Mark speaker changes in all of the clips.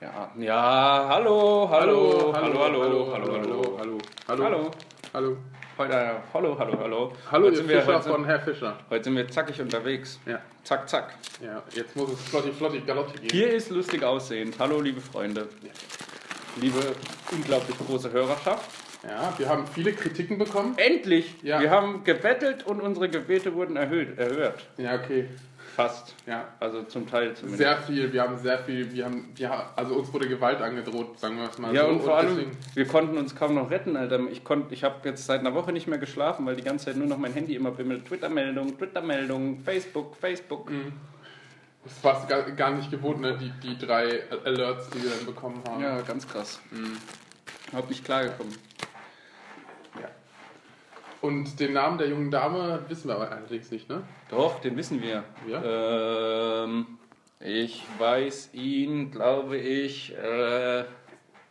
Speaker 1: Ja, ja hallo, hallo, hallo, hallo, hallo, hallo,
Speaker 2: hallo,
Speaker 1: hallo,
Speaker 2: hallo,
Speaker 1: hallo.
Speaker 2: hallo,
Speaker 1: Heute, äh, hallo, hallo, hallo.
Speaker 2: hallo,
Speaker 1: heute
Speaker 2: ihr
Speaker 1: sind wir,
Speaker 2: Fischer
Speaker 1: heute,
Speaker 2: von
Speaker 1: sind,
Speaker 2: Herr Fischer.
Speaker 1: heute sind wir zackig unterwegs.
Speaker 2: Ja,
Speaker 1: Zack, zack.
Speaker 2: ja, jetzt muss es flotti, flotti, galotti gehen.
Speaker 1: Hier ist lustig aussehend. Hallo, liebe Freunde.
Speaker 2: Ja.
Speaker 1: Liebe unglaublich große Hörerschaft.
Speaker 2: Ja, wir haben viele Kritiken bekommen.
Speaker 1: Endlich!
Speaker 2: Ja.
Speaker 1: Wir haben gebettelt und unsere Gebete wurden erhöht, erhört.
Speaker 2: Ja, okay,
Speaker 1: Fast.
Speaker 2: ja,
Speaker 1: Also zum Teil zumindest.
Speaker 2: sehr viel, wir haben sehr viel, wir haben, ja, also uns wurde Gewalt angedroht, sagen wir es mal
Speaker 1: ja,
Speaker 2: so.
Speaker 1: Also, und vor allem,
Speaker 2: deswegen-
Speaker 1: wir konnten uns kaum noch retten, Alter. Ich, konnt- ich habe jetzt seit einer Woche nicht mehr geschlafen, weil die ganze Zeit nur noch mein Handy immer bimmelt. Twitter-Meldung, Twitter-Meldung, Facebook, Facebook.
Speaker 2: das war es gar, gar nicht gewohnt, ne, die, die drei Alerts, die wir dann bekommen haben.
Speaker 1: Ja, ganz krass. Mhm. Hab nicht klargekommen.
Speaker 2: Ja. Und den Namen der jungen Dame wissen wir aber allerdings nicht, ne?
Speaker 1: Doch, den wissen wir. Ähm, ich weiß ihn, glaube ich, äh,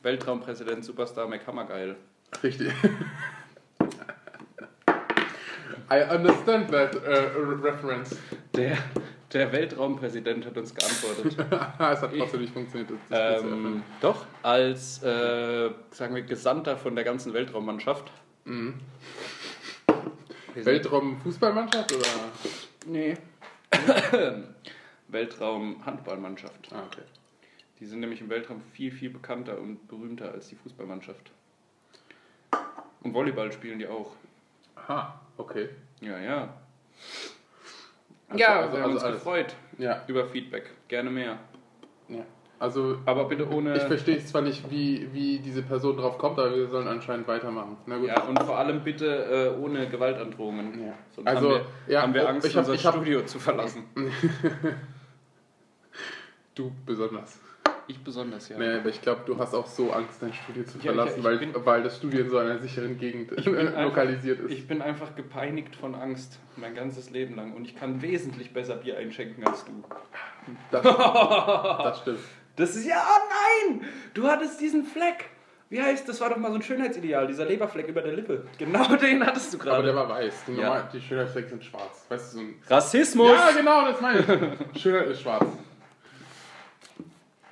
Speaker 1: Weltraumpräsident Superstar McHammergeil.
Speaker 2: Richtig. I understand that äh, re- reference.
Speaker 1: Der, der Weltraumpräsident hat uns geantwortet.
Speaker 2: es hat trotzdem nicht funktioniert. Das, das Spiel zu öffnen.
Speaker 1: ähm, doch, als, äh, sagen wir, Gesandter von der ganzen Weltraummannschaft.
Speaker 2: Mhm.
Speaker 1: Wir sind-
Speaker 2: Weltraum-Fußballmannschaft oder?
Speaker 1: Nee. Weltraum-Handballmannschaft.
Speaker 2: Ah, okay.
Speaker 1: Die sind nämlich im Weltraum viel, viel bekannter und berühmter als die Fußballmannschaft. Und Volleyball spielen die auch.
Speaker 2: Aha, okay.
Speaker 1: Ja, ja.
Speaker 2: Also-
Speaker 1: ja,
Speaker 2: also-
Speaker 1: wir haben
Speaker 2: also
Speaker 1: uns
Speaker 2: alles.
Speaker 1: gefreut
Speaker 2: Ja.
Speaker 1: über Feedback. Gerne mehr.
Speaker 2: ja. Also,
Speaker 1: Aber bitte
Speaker 2: ich
Speaker 1: ohne.
Speaker 2: verstehe zwar nicht, wie, wie diese Person drauf kommt, aber wir sollen anscheinend weitermachen. Na gut.
Speaker 1: Ja, und vor allem bitte äh, ohne Gewaltandrohungen.
Speaker 2: Ja.
Speaker 1: Sonst
Speaker 2: Also,
Speaker 1: haben wir,
Speaker 2: ja,
Speaker 1: haben wir
Speaker 2: oh,
Speaker 1: Angst,
Speaker 2: ich hab-
Speaker 1: unser
Speaker 2: ich hab-
Speaker 1: Studio zu verlassen.
Speaker 2: Du besonders.
Speaker 1: Ich besonders, ja.
Speaker 2: Nee, aber ich glaube, du hast auch so Angst, dein Studio
Speaker 1: Ja,
Speaker 2: zu
Speaker 1: ich-
Speaker 2: verlassen,
Speaker 1: ich
Speaker 2: weil,
Speaker 1: bin-
Speaker 2: weil das Studio in so einer sicheren Gegend äh,
Speaker 1: bin einfach-
Speaker 2: lokalisiert ist.
Speaker 1: Ich bin einfach gepeinigt von Angst mein ganzes Leben lang und ich kann wesentlich besser Bier einschenken als du.
Speaker 2: Das, das stimmt.
Speaker 1: Das ist ja, oh nein! Du hattest diesen Fleck. Wie heißt, das war doch mal so ein Schönheitsideal, dieser Leberfleck über der Lippe. Genau den hattest du
Speaker 2: Aber der
Speaker 1: gerade.
Speaker 2: war weiß. Die,
Speaker 1: Ja.
Speaker 2: normal, die Schönheitsflecken sind schwarz. Weißt du, so ein
Speaker 1: Rassismus!
Speaker 2: Ja, genau, das meine ich. Schönheit ist schwarz.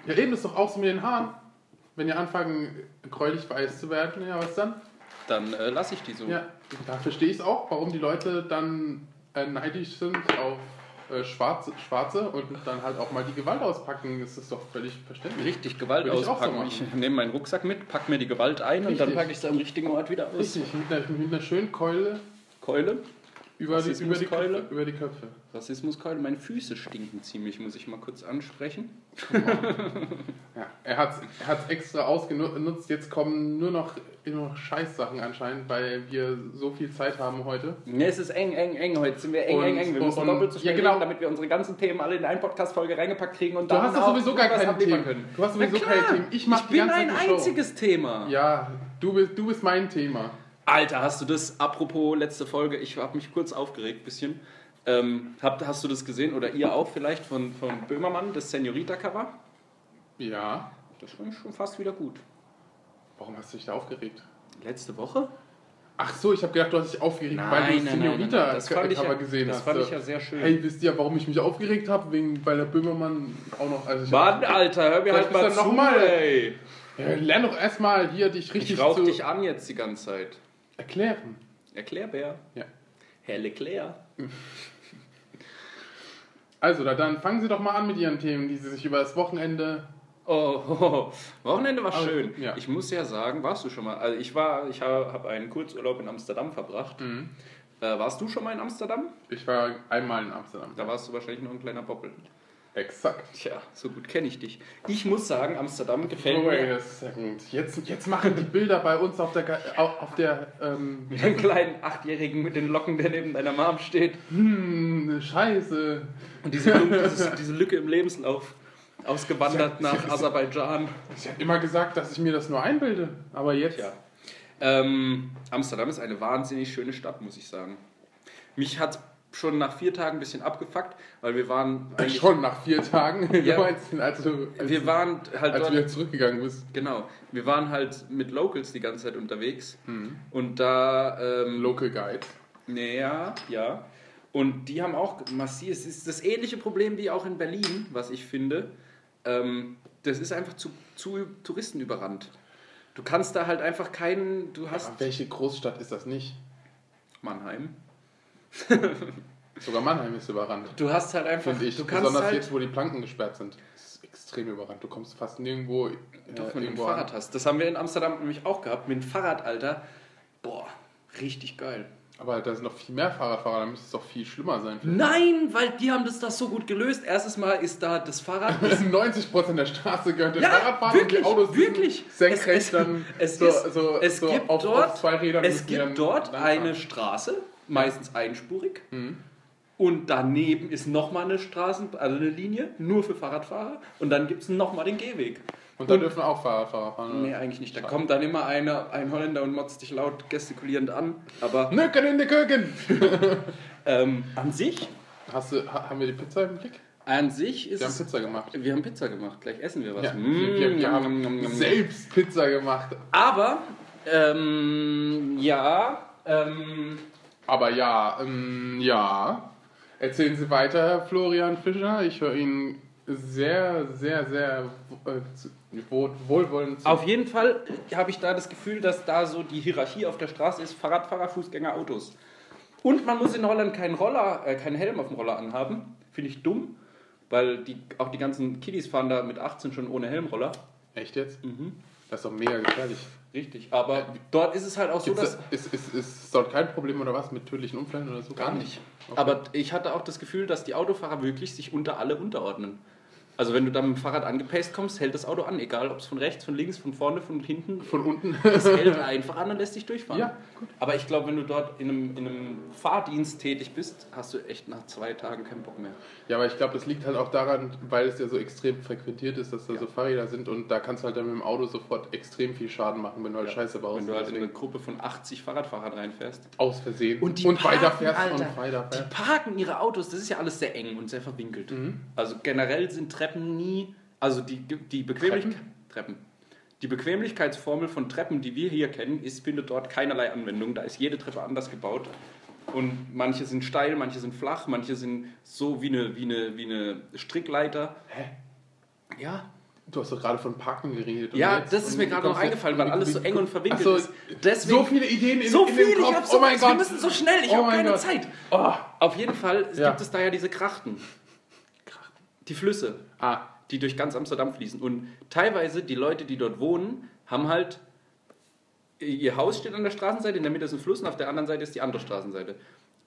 Speaker 2: Ja, eben ist doch auch so mit den Haaren. Wenn ihr anfangen, gräulich weiß zu werden, ja, was dann?
Speaker 1: Dann äh, lasse ich die so.
Speaker 2: Ja, da verstehe ich es auch, warum die Leute dann äh, neidisch sind auf äh, Schwarze, Schwarze und dann halt auch mal die Gewalt auspacken. Das ist doch völlig verständlich.
Speaker 1: Richtig Gewalt
Speaker 2: Würde ich auch so
Speaker 1: auspacken.
Speaker 2: machen.
Speaker 1: Ich, nehme meinen Rucksack mit, pack mir die Gewalt ein und dann
Speaker 2: Richtig.
Speaker 1: packe ich sie am richtigen Ort wieder aus.
Speaker 2: Richtig, mit einer, mit einer schönen Keule
Speaker 1: Keule,
Speaker 2: über die, über, die
Speaker 1: Rassismuskeule?
Speaker 2: Köpfe, über die Köpfe.
Speaker 1: Rassismuskeule. Meine Füße stinken ziemlich, muss ich mal kurz ansprechen.
Speaker 2: Ja, er hat er hat's extra ausgenutzt. Jetzt kommen nur noch, nur noch Scheißsachen anscheinend, weil wir so viel Zeit haben heute.
Speaker 1: Ne, es ist eng, eng, eng. Heute sind wir eng,
Speaker 2: Und-
Speaker 1: eng, eng. Wir
Speaker 2: und-
Speaker 1: müssen
Speaker 2: und-
Speaker 1: doppelt so
Speaker 2: ja,
Speaker 1: schnell
Speaker 2: genau.
Speaker 1: reden, damit wir unsere ganzen Themen alle in eine Podcast-Folge reingepackt kriegen und
Speaker 2: Du
Speaker 1: dann
Speaker 2: hast doch
Speaker 1: auch
Speaker 2: sowieso gar
Speaker 1: was
Speaker 2: keine
Speaker 1: abliefern
Speaker 2: Themen.
Speaker 1: können.
Speaker 2: Du hast
Speaker 1: Na
Speaker 2: sowieso
Speaker 1: klar,
Speaker 2: keine Themen. Ich mach die
Speaker 1: bin
Speaker 2: ganze
Speaker 1: ein
Speaker 2: Show.
Speaker 1: einziges Thema.
Speaker 2: Ja, du bist, du bist mein Thema.
Speaker 1: Alter, hast du das, apropos letzte Folge, ich habe mich kurz aufgeregt ein bisschen. Ähm, habt, hast du das gesehen oder ihr auch vielleicht von, von Böhmermann, das Senorita-Cover?
Speaker 2: Ja.
Speaker 1: Das fand ich schon fast wieder gut.
Speaker 2: Warum hast du dich da aufgeregt?
Speaker 1: Letzte Woche?
Speaker 2: Ach so, ich habe gedacht, du hast dich aufgeregt, weil du Senorita
Speaker 1: Das fand ich
Speaker 2: Cover
Speaker 1: ja,
Speaker 2: gesehen
Speaker 1: das
Speaker 2: hast.
Speaker 1: fand ich ja sehr schön.
Speaker 2: Hey, wisst ihr, warum ich mich aufgeregt habe? Wegen, weil der Böhmermann auch noch. Also ich
Speaker 1: Mann, Alter, hör mir
Speaker 2: Vielleicht
Speaker 1: halt mal
Speaker 2: bist du
Speaker 1: zu,
Speaker 2: noch mal-
Speaker 1: ey.
Speaker 2: Ja, lern doch erstmal hier dich richtig
Speaker 1: Ich rauch
Speaker 2: zu
Speaker 1: dich an jetzt die ganze Zeit.
Speaker 2: erklären.
Speaker 1: Erklärbär.
Speaker 2: Ja.
Speaker 1: Herr Leclerc.
Speaker 2: Also, da- dann fangen Sie doch mal an mit Ihren Themen, die Sie sich über das Wochenende
Speaker 1: Oh, ho, ho. Wochenende war
Speaker 2: Aber-
Speaker 1: schön.
Speaker 2: Also, ja.
Speaker 1: Ich muss ja sagen, warst du schon mal? Also ich war, ich habe hab einen Kurzurlaub in Amsterdam verbracht.
Speaker 2: Mhm.
Speaker 1: Äh, warst du schon mal in Amsterdam?
Speaker 2: Ich war einmal in Amsterdam.
Speaker 1: Da warst du wahrscheinlich nur ein kleiner Boppel.
Speaker 2: Exakt.
Speaker 1: Tja, so gut kenne ich dich. Ich muss sagen, Amsterdam gefällt
Speaker 2: Wait
Speaker 1: mir.
Speaker 2: a second. Jetzt, jetzt machen die Bilder bei uns auf der, Ga- au- auf der ähm,
Speaker 1: Mit einem kleinen Achtjährigen mit den Locken, der neben deiner Mom steht.
Speaker 2: hm, Scheiße.
Speaker 1: Und diese, Lücke- dieses, diese Lücke im Lebenslauf. Ausgewandert nach Aserbaidschan.
Speaker 2: Ich habe immer gesagt, dass ich mir das nur einbilde, aber jetzt.
Speaker 1: Tja. Ähm, Amsterdam ist eine wahnsinnig schöne Stadt, muss ich sagen. Mich hat schon nach vier Tagen ein bisschen abgefuckt, weil wir waren eigentlich,
Speaker 2: Schon nach vier Tagen.
Speaker 1: Ja.
Speaker 2: 19, als du, als,
Speaker 1: wir waren halt
Speaker 2: als du
Speaker 1: dort,
Speaker 2: wieder zurückgegangen bist.
Speaker 1: genau, wir waren halt mit Locals die ganze Zeit unterwegs und da ähm,
Speaker 2: Mhm. Local Guide.
Speaker 1: Naja, ja. Und die haben auch massiv, es ist das ähnliche Problem wie auch in Berlin, was ich finde. Ähm, das ist einfach zu, zu Touristen überrannt. Du kannst da halt einfach keinen, du hast
Speaker 2: Aber welche Großstadt ist das nicht?
Speaker 1: Mannheim.
Speaker 2: Sogar Mannheim ist überrannt.
Speaker 1: Du hast halt einfach,
Speaker 2: Finde ich.
Speaker 1: du kannst
Speaker 2: Besonders
Speaker 1: halt,
Speaker 2: jetzt, wo die Planken gesperrt sind. Das ist extrem überrannt. Du kommst fast nirgendwo. äh,
Speaker 1: doch, wenn du ein
Speaker 2: irgendwo
Speaker 1: Fahrrad
Speaker 2: an.
Speaker 1: hast. Das haben wir in Amsterdam nämlich auch gehabt, mit dem Fahrrad, Alter. Boah, richtig geil.
Speaker 2: Aber da sind noch viel mehr Fahrradfahrer, da müsste es doch viel schlimmer sein.
Speaker 1: Nein, weil die haben das, das so gut gelöst. Erstes Mal ist da das Fahrrad.
Speaker 2: 90% der Straße gehört dem Fahrradfahren
Speaker 1: wirklich,
Speaker 2: und die Autos
Speaker 1: wirklich.
Speaker 2: sind senkrecht
Speaker 1: Es- es-
Speaker 2: dann
Speaker 1: es
Speaker 2: so,
Speaker 1: ist-
Speaker 2: so,
Speaker 1: es
Speaker 2: so
Speaker 1: gibt
Speaker 2: auf, auf
Speaker 1: dort-
Speaker 2: zwei Rädern.
Speaker 1: Es
Speaker 2: müssen die dann
Speaker 1: gibt dort
Speaker 2: langfahren.
Speaker 1: eine Straße, meistens einspurig.
Speaker 2: Mhm.
Speaker 1: Und daneben ist nochmal eine Straßen, also eine Linie, nur für Fahrradfahrer. Und dann gibt es nochmal den Gehweg.
Speaker 2: Und da
Speaker 1: Und-
Speaker 2: dürfen auch Fahrradfahrer fahren.
Speaker 1: Nee,
Speaker 2: oder?
Speaker 1: eigentlich nicht. Da
Speaker 2: Ah, Schade.
Speaker 1: kommt dann immer einer, ein Holländer und motzt dich laut gestikulierend an. Aber
Speaker 2: Nücken in die Köken!
Speaker 1: ähm, an sich,
Speaker 2: Hast du, ha, haben wir die Pizza im Blick?
Speaker 1: an sich ist
Speaker 2: Wir haben
Speaker 1: es-
Speaker 2: Pizza gemacht.
Speaker 1: wir haben Pizza gemacht. Gleich essen wir was.
Speaker 2: Ja, wir, wir, wir
Speaker 1: Mm,
Speaker 2: haben
Speaker 1: nom, nom, nom, nom.
Speaker 2: selbst Pizza gemacht.
Speaker 1: Aber, ähm, ja, ähm,
Speaker 2: Aber ja, ähm, ja. Erzählen Sie weiter, Herr Florian Fischer. Ich höre Ihnen sehr, sehr, sehr äh, zu- wohl- wohlwollend zu.
Speaker 1: Auf jeden Fall äh, habe ich da das Gefühl, dass da so die Hierarchie auf der Straße ist: Fahrradfahrer, Fußgänger, Autos. Und man muss in Holland keinen Roller, äh, keinen Helm auf dem Roller anhaben. Finde ich dumm, weil die, auch die ganzen Kiddies fahren da mit 18 schon ohne Helmroller. Mhm.
Speaker 2: Echt jetzt? Das ist doch mega gefährlich.
Speaker 1: Richtig, aber dort ist es halt auch so,
Speaker 2: Gibt's
Speaker 1: dass.
Speaker 2: da, ist, ist, ist dort kein Problem oder was mit tödlichen Unfällen oder so?
Speaker 1: Gar nicht.
Speaker 2: Okay.
Speaker 1: Aber ich hatte auch das Gefühl, dass die Autofahrer wirklich sich unter alle unterordnen. Also wenn du dann mit dem Fahrrad angepaced kommst, hält das Auto an, egal ob es von rechts, von links, von vorne, von hinten,
Speaker 2: Von unten?
Speaker 1: Es hält einfach an und lässt dich durchfahren.
Speaker 2: Ja, gut.
Speaker 1: Aber ich glaube, wenn du dort in einem, in einem Fahrdienst tätig bist, hast du echt nach zwei Tagen keinen Bock mehr.
Speaker 2: ja, aber ich glaube, das liegt halt auch daran, weil es ja so extrem frequentiert ist, dass da so Fahrräder sind und da kannst du halt dann mit dem Auto sofort extrem viel Schaden machen, wenn du halt Scheiße baust.
Speaker 1: Wenn du halt in eine
Speaker 2: Deswegen
Speaker 1: Gruppe von 80 Fahrradfahrern reinfährst.
Speaker 2: aus Versehen
Speaker 1: parken,
Speaker 2: weiterfährst
Speaker 1: Alter.
Speaker 2: und weiterfährst.
Speaker 1: Die parken ihre Autos, das ist ja alles sehr eng und sehr verwinkelt.
Speaker 2: Mhm.
Speaker 1: Also generell sind Treppen nie, also die, die Bequemlichkeit. Treppen? Die Bequemlichkeitsformel von Treppen, die wir hier kennen, ist, findet dort keinerlei Anwendung. Da ist jede Treppe anders gebaut. Und manche sind steil, manche sind flach, manche sind so wie eine, wie eine, wie eine Strickleiter.
Speaker 2: Hä?
Speaker 1: Ja,
Speaker 2: Du hast doch gerade von Parken geredet.
Speaker 1: ja,
Speaker 2: Und jetzt-
Speaker 1: das ist mir
Speaker 2: und
Speaker 1: gerade noch
Speaker 2: kommst jetzt-
Speaker 1: eingefallen, weil alles so eng und verwinkelt
Speaker 2: Ach so,
Speaker 1: ist. Deswegen,
Speaker 2: so viele Ideen in,
Speaker 1: so
Speaker 2: in
Speaker 1: viel,
Speaker 2: dem Kopf.
Speaker 1: ich hab so
Speaker 2: oh mein
Speaker 1: Angst, wir
Speaker 2: Gott.
Speaker 1: müssen so schnell, ich
Speaker 2: Oh
Speaker 1: habe
Speaker 2: mein
Speaker 1: keine
Speaker 2: Gott.
Speaker 1: Zeit.
Speaker 2: Oh.
Speaker 1: Auf jeden Fall
Speaker 2: Ja.
Speaker 1: gibt es da ja diese Krachten. Die Flüsse,
Speaker 2: Ah,
Speaker 1: die durch ganz Amsterdam fließen. Und teilweise die Leute, die dort wohnen, haben halt äh, ihr Haus steht an der Straßenseite, in der Mitte ist ein Fluss und auf der anderen Seite ist die andere Straßenseite.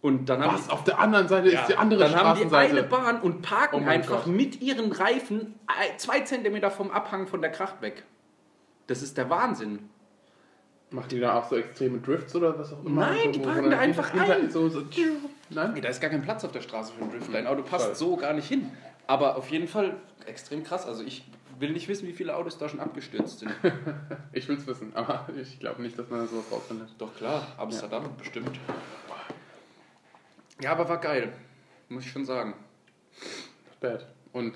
Speaker 1: Und dann haben
Speaker 2: was? Auf der anderen Seite
Speaker 1: ja,
Speaker 2: ist die andere
Speaker 1: dann haben die eine
Speaker 2: Straßenseite.
Speaker 1: Bahn und
Speaker 2: Oh
Speaker 1: parken
Speaker 2: mein
Speaker 1: einfach
Speaker 2: Gott.
Speaker 1: mit ihren Reifen ein- zwei Zentimeter vom Abhang von der Kracht weg. Das ist der Wahnsinn.
Speaker 2: Machen die da auch so extreme Drifts oder was auch immer?
Speaker 1: Nein,
Speaker 2: so,
Speaker 1: die
Speaker 2: wo-
Speaker 1: parken
Speaker 2: wo
Speaker 1: da
Speaker 2: dann
Speaker 1: einfach
Speaker 2: hinter-
Speaker 1: ein.
Speaker 2: So, so,
Speaker 1: Nee,
Speaker 2: nein?
Speaker 1: da ist gar kein Platz auf der Straße für einen Drift. Dein Auto passt
Speaker 2: Voll.
Speaker 1: so gar nicht hin. Aber auf jeden Fall extrem krass. Also ich will nicht wissen, wie viele Autos da schon abgestürzt sind.
Speaker 2: Ich will's wissen, aber ich glaube nicht, dass man da sowas rausfindet.
Speaker 1: Doch klar, Amsterdam bestimmt. Ja, aber war geil. Muss ich schon sagen.
Speaker 2: Bad. Und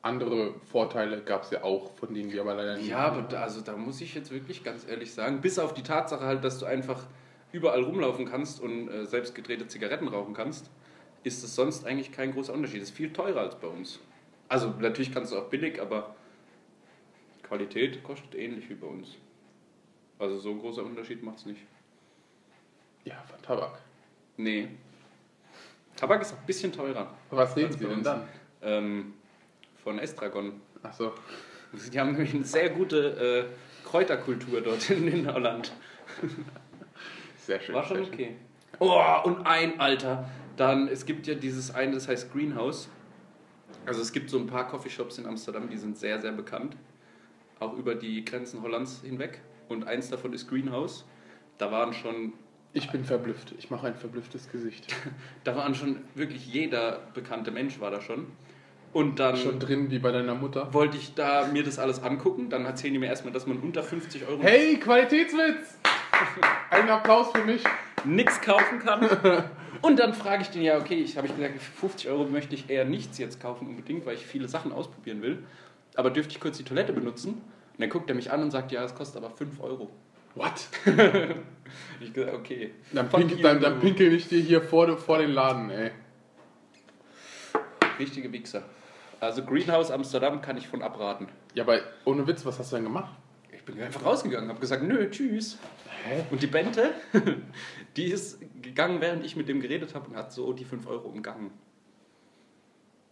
Speaker 2: andere Vorteile gab es ja auch, von denen wir aber leider nicht.
Speaker 1: Ja, aber da, also da muss ich jetzt wirklich ganz ehrlich sagen, bis auf die Tatsache halt, dass du einfach überall rumlaufen kannst und äh, selbst gedrehte Zigaretten rauchen kannst, ist es sonst eigentlich kein großer Unterschied. Es ist viel teurer als bei uns. Also natürlich kannst du auch billig, aber Qualität kostet ähnlich wie bei uns. Also so ein großer Unterschied macht es nicht.
Speaker 2: ja, von Tabak.
Speaker 1: Nee. Tabak ist ein bisschen teurer.
Speaker 2: Von Was reden
Speaker 1: Das
Speaker 2: Sie
Speaker 1: bei
Speaker 2: denn
Speaker 1: uns.
Speaker 2: dann?
Speaker 1: Ähm, von Estragon.
Speaker 2: Achso.
Speaker 1: Die haben nämlich eine sehr gute äh, Kräuterkultur dort in, in Holland.
Speaker 2: Sehr schön.
Speaker 1: War schon
Speaker 2: sehr schön.
Speaker 1: okay. Oh, und ein Alter. Dann, es gibt ja dieses eine, das heißt Greenhouse. Also es gibt so ein paar Coffeeshops in Amsterdam, die sind sehr, sehr bekannt. Auch über die Grenzen Hollands hinweg. Und eins davon ist Greenhouse. Da waren schon,
Speaker 2: Ich bin verblüfft. Ich mache ein verblüfftes Gesicht.
Speaker 1: da waren schon wirklich jeder bekannte Mensch war da schon. Und dann
Speaker 2: schon drin, wie bei deiner Mutter.
Speaker 1: wollte ich da mir das alles angucken. Dann erzählen die mir erstmal, dass man unter 50 Euro
Speaker 2: Hey, Qualitätswitz! Einen Applaus für mich.
Speaker 1: nichts kaufen kann. Und dann frage ich den ja, okay, ich habe ich gesagt, für 50 Euro möchte ich eher nichts jetzt kaufen unbedingt, weil ich viele Sachen ausprobieren will. Aber dürfte ich kurz die Toilette benutzen? Und dann guckt er mich an und sagt, ja, es kostet aber 5 Euro.
Speaker 2: What?
Speaker 1: Ich gesagt, okay.
Speaker 2: Dann,
Speaker 1: Fuck
Speaker 2: pinkel,
Speaker 1: you,
Speaker 2: dann, dann
Speaker 1: du
Speaker 2: pinkel ich dir hier vor, vor den Laden, ey.
Speaker 1: Richtige Wichser. Also Greenhouse Amsterdam kann ich von abraten.
Speaker 2: Ja, aber ohne Witz, was hast du denn gemacht?
Speaker 1: Ich bin einfach rausgegangen, habe gesagt, nö, tschüss.
Speaker 2: Hä?
Speaker 1: Und die Bente, die ist gegangen, während ich mit dem geredet habe und hat so die 5 Euro umgangen.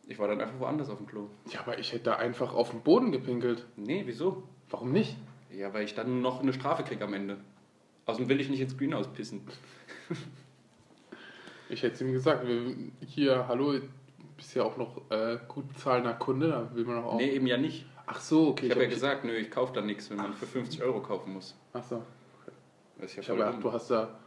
Speaker 1: Ich war dann einfach woanders auf dem Klo.
Speaker 2: Ja, aber ich hätte da einfach auf den Boden gepinkelt.
Speaker 1: Nee, wieso?
Speaker 2: Warum nicht?
Speaker 1: Ja, weil ich dann noch eine Strafe kriege am Ende. Außerdem will ich nicht ins Greenhouse pissen.
Speaker 2: Ich hätte es ihm gesagt, wir, hier, hallo, bist ja auch noch äh, gut bezahlender Kunde, da will man doch auch.
Speaker 1: Nee, eben ja nicht.
Speaker 2: Ach so, Oh. okay.
Speaker 1: Ich habe ja
Speaker 2: hab-
Speaker 1: gesagt, nö, ich kaufe da nichts, wenn man für 50 Euro kaufen muss.
Speaker 2: Ach so.
Speaker 1: Das ist ja
Speaker 2: Ich
Speaker 1: voll
Speaker 2: habe gedacht,
Speaker 1: dumm.
Speaker 2: du hast da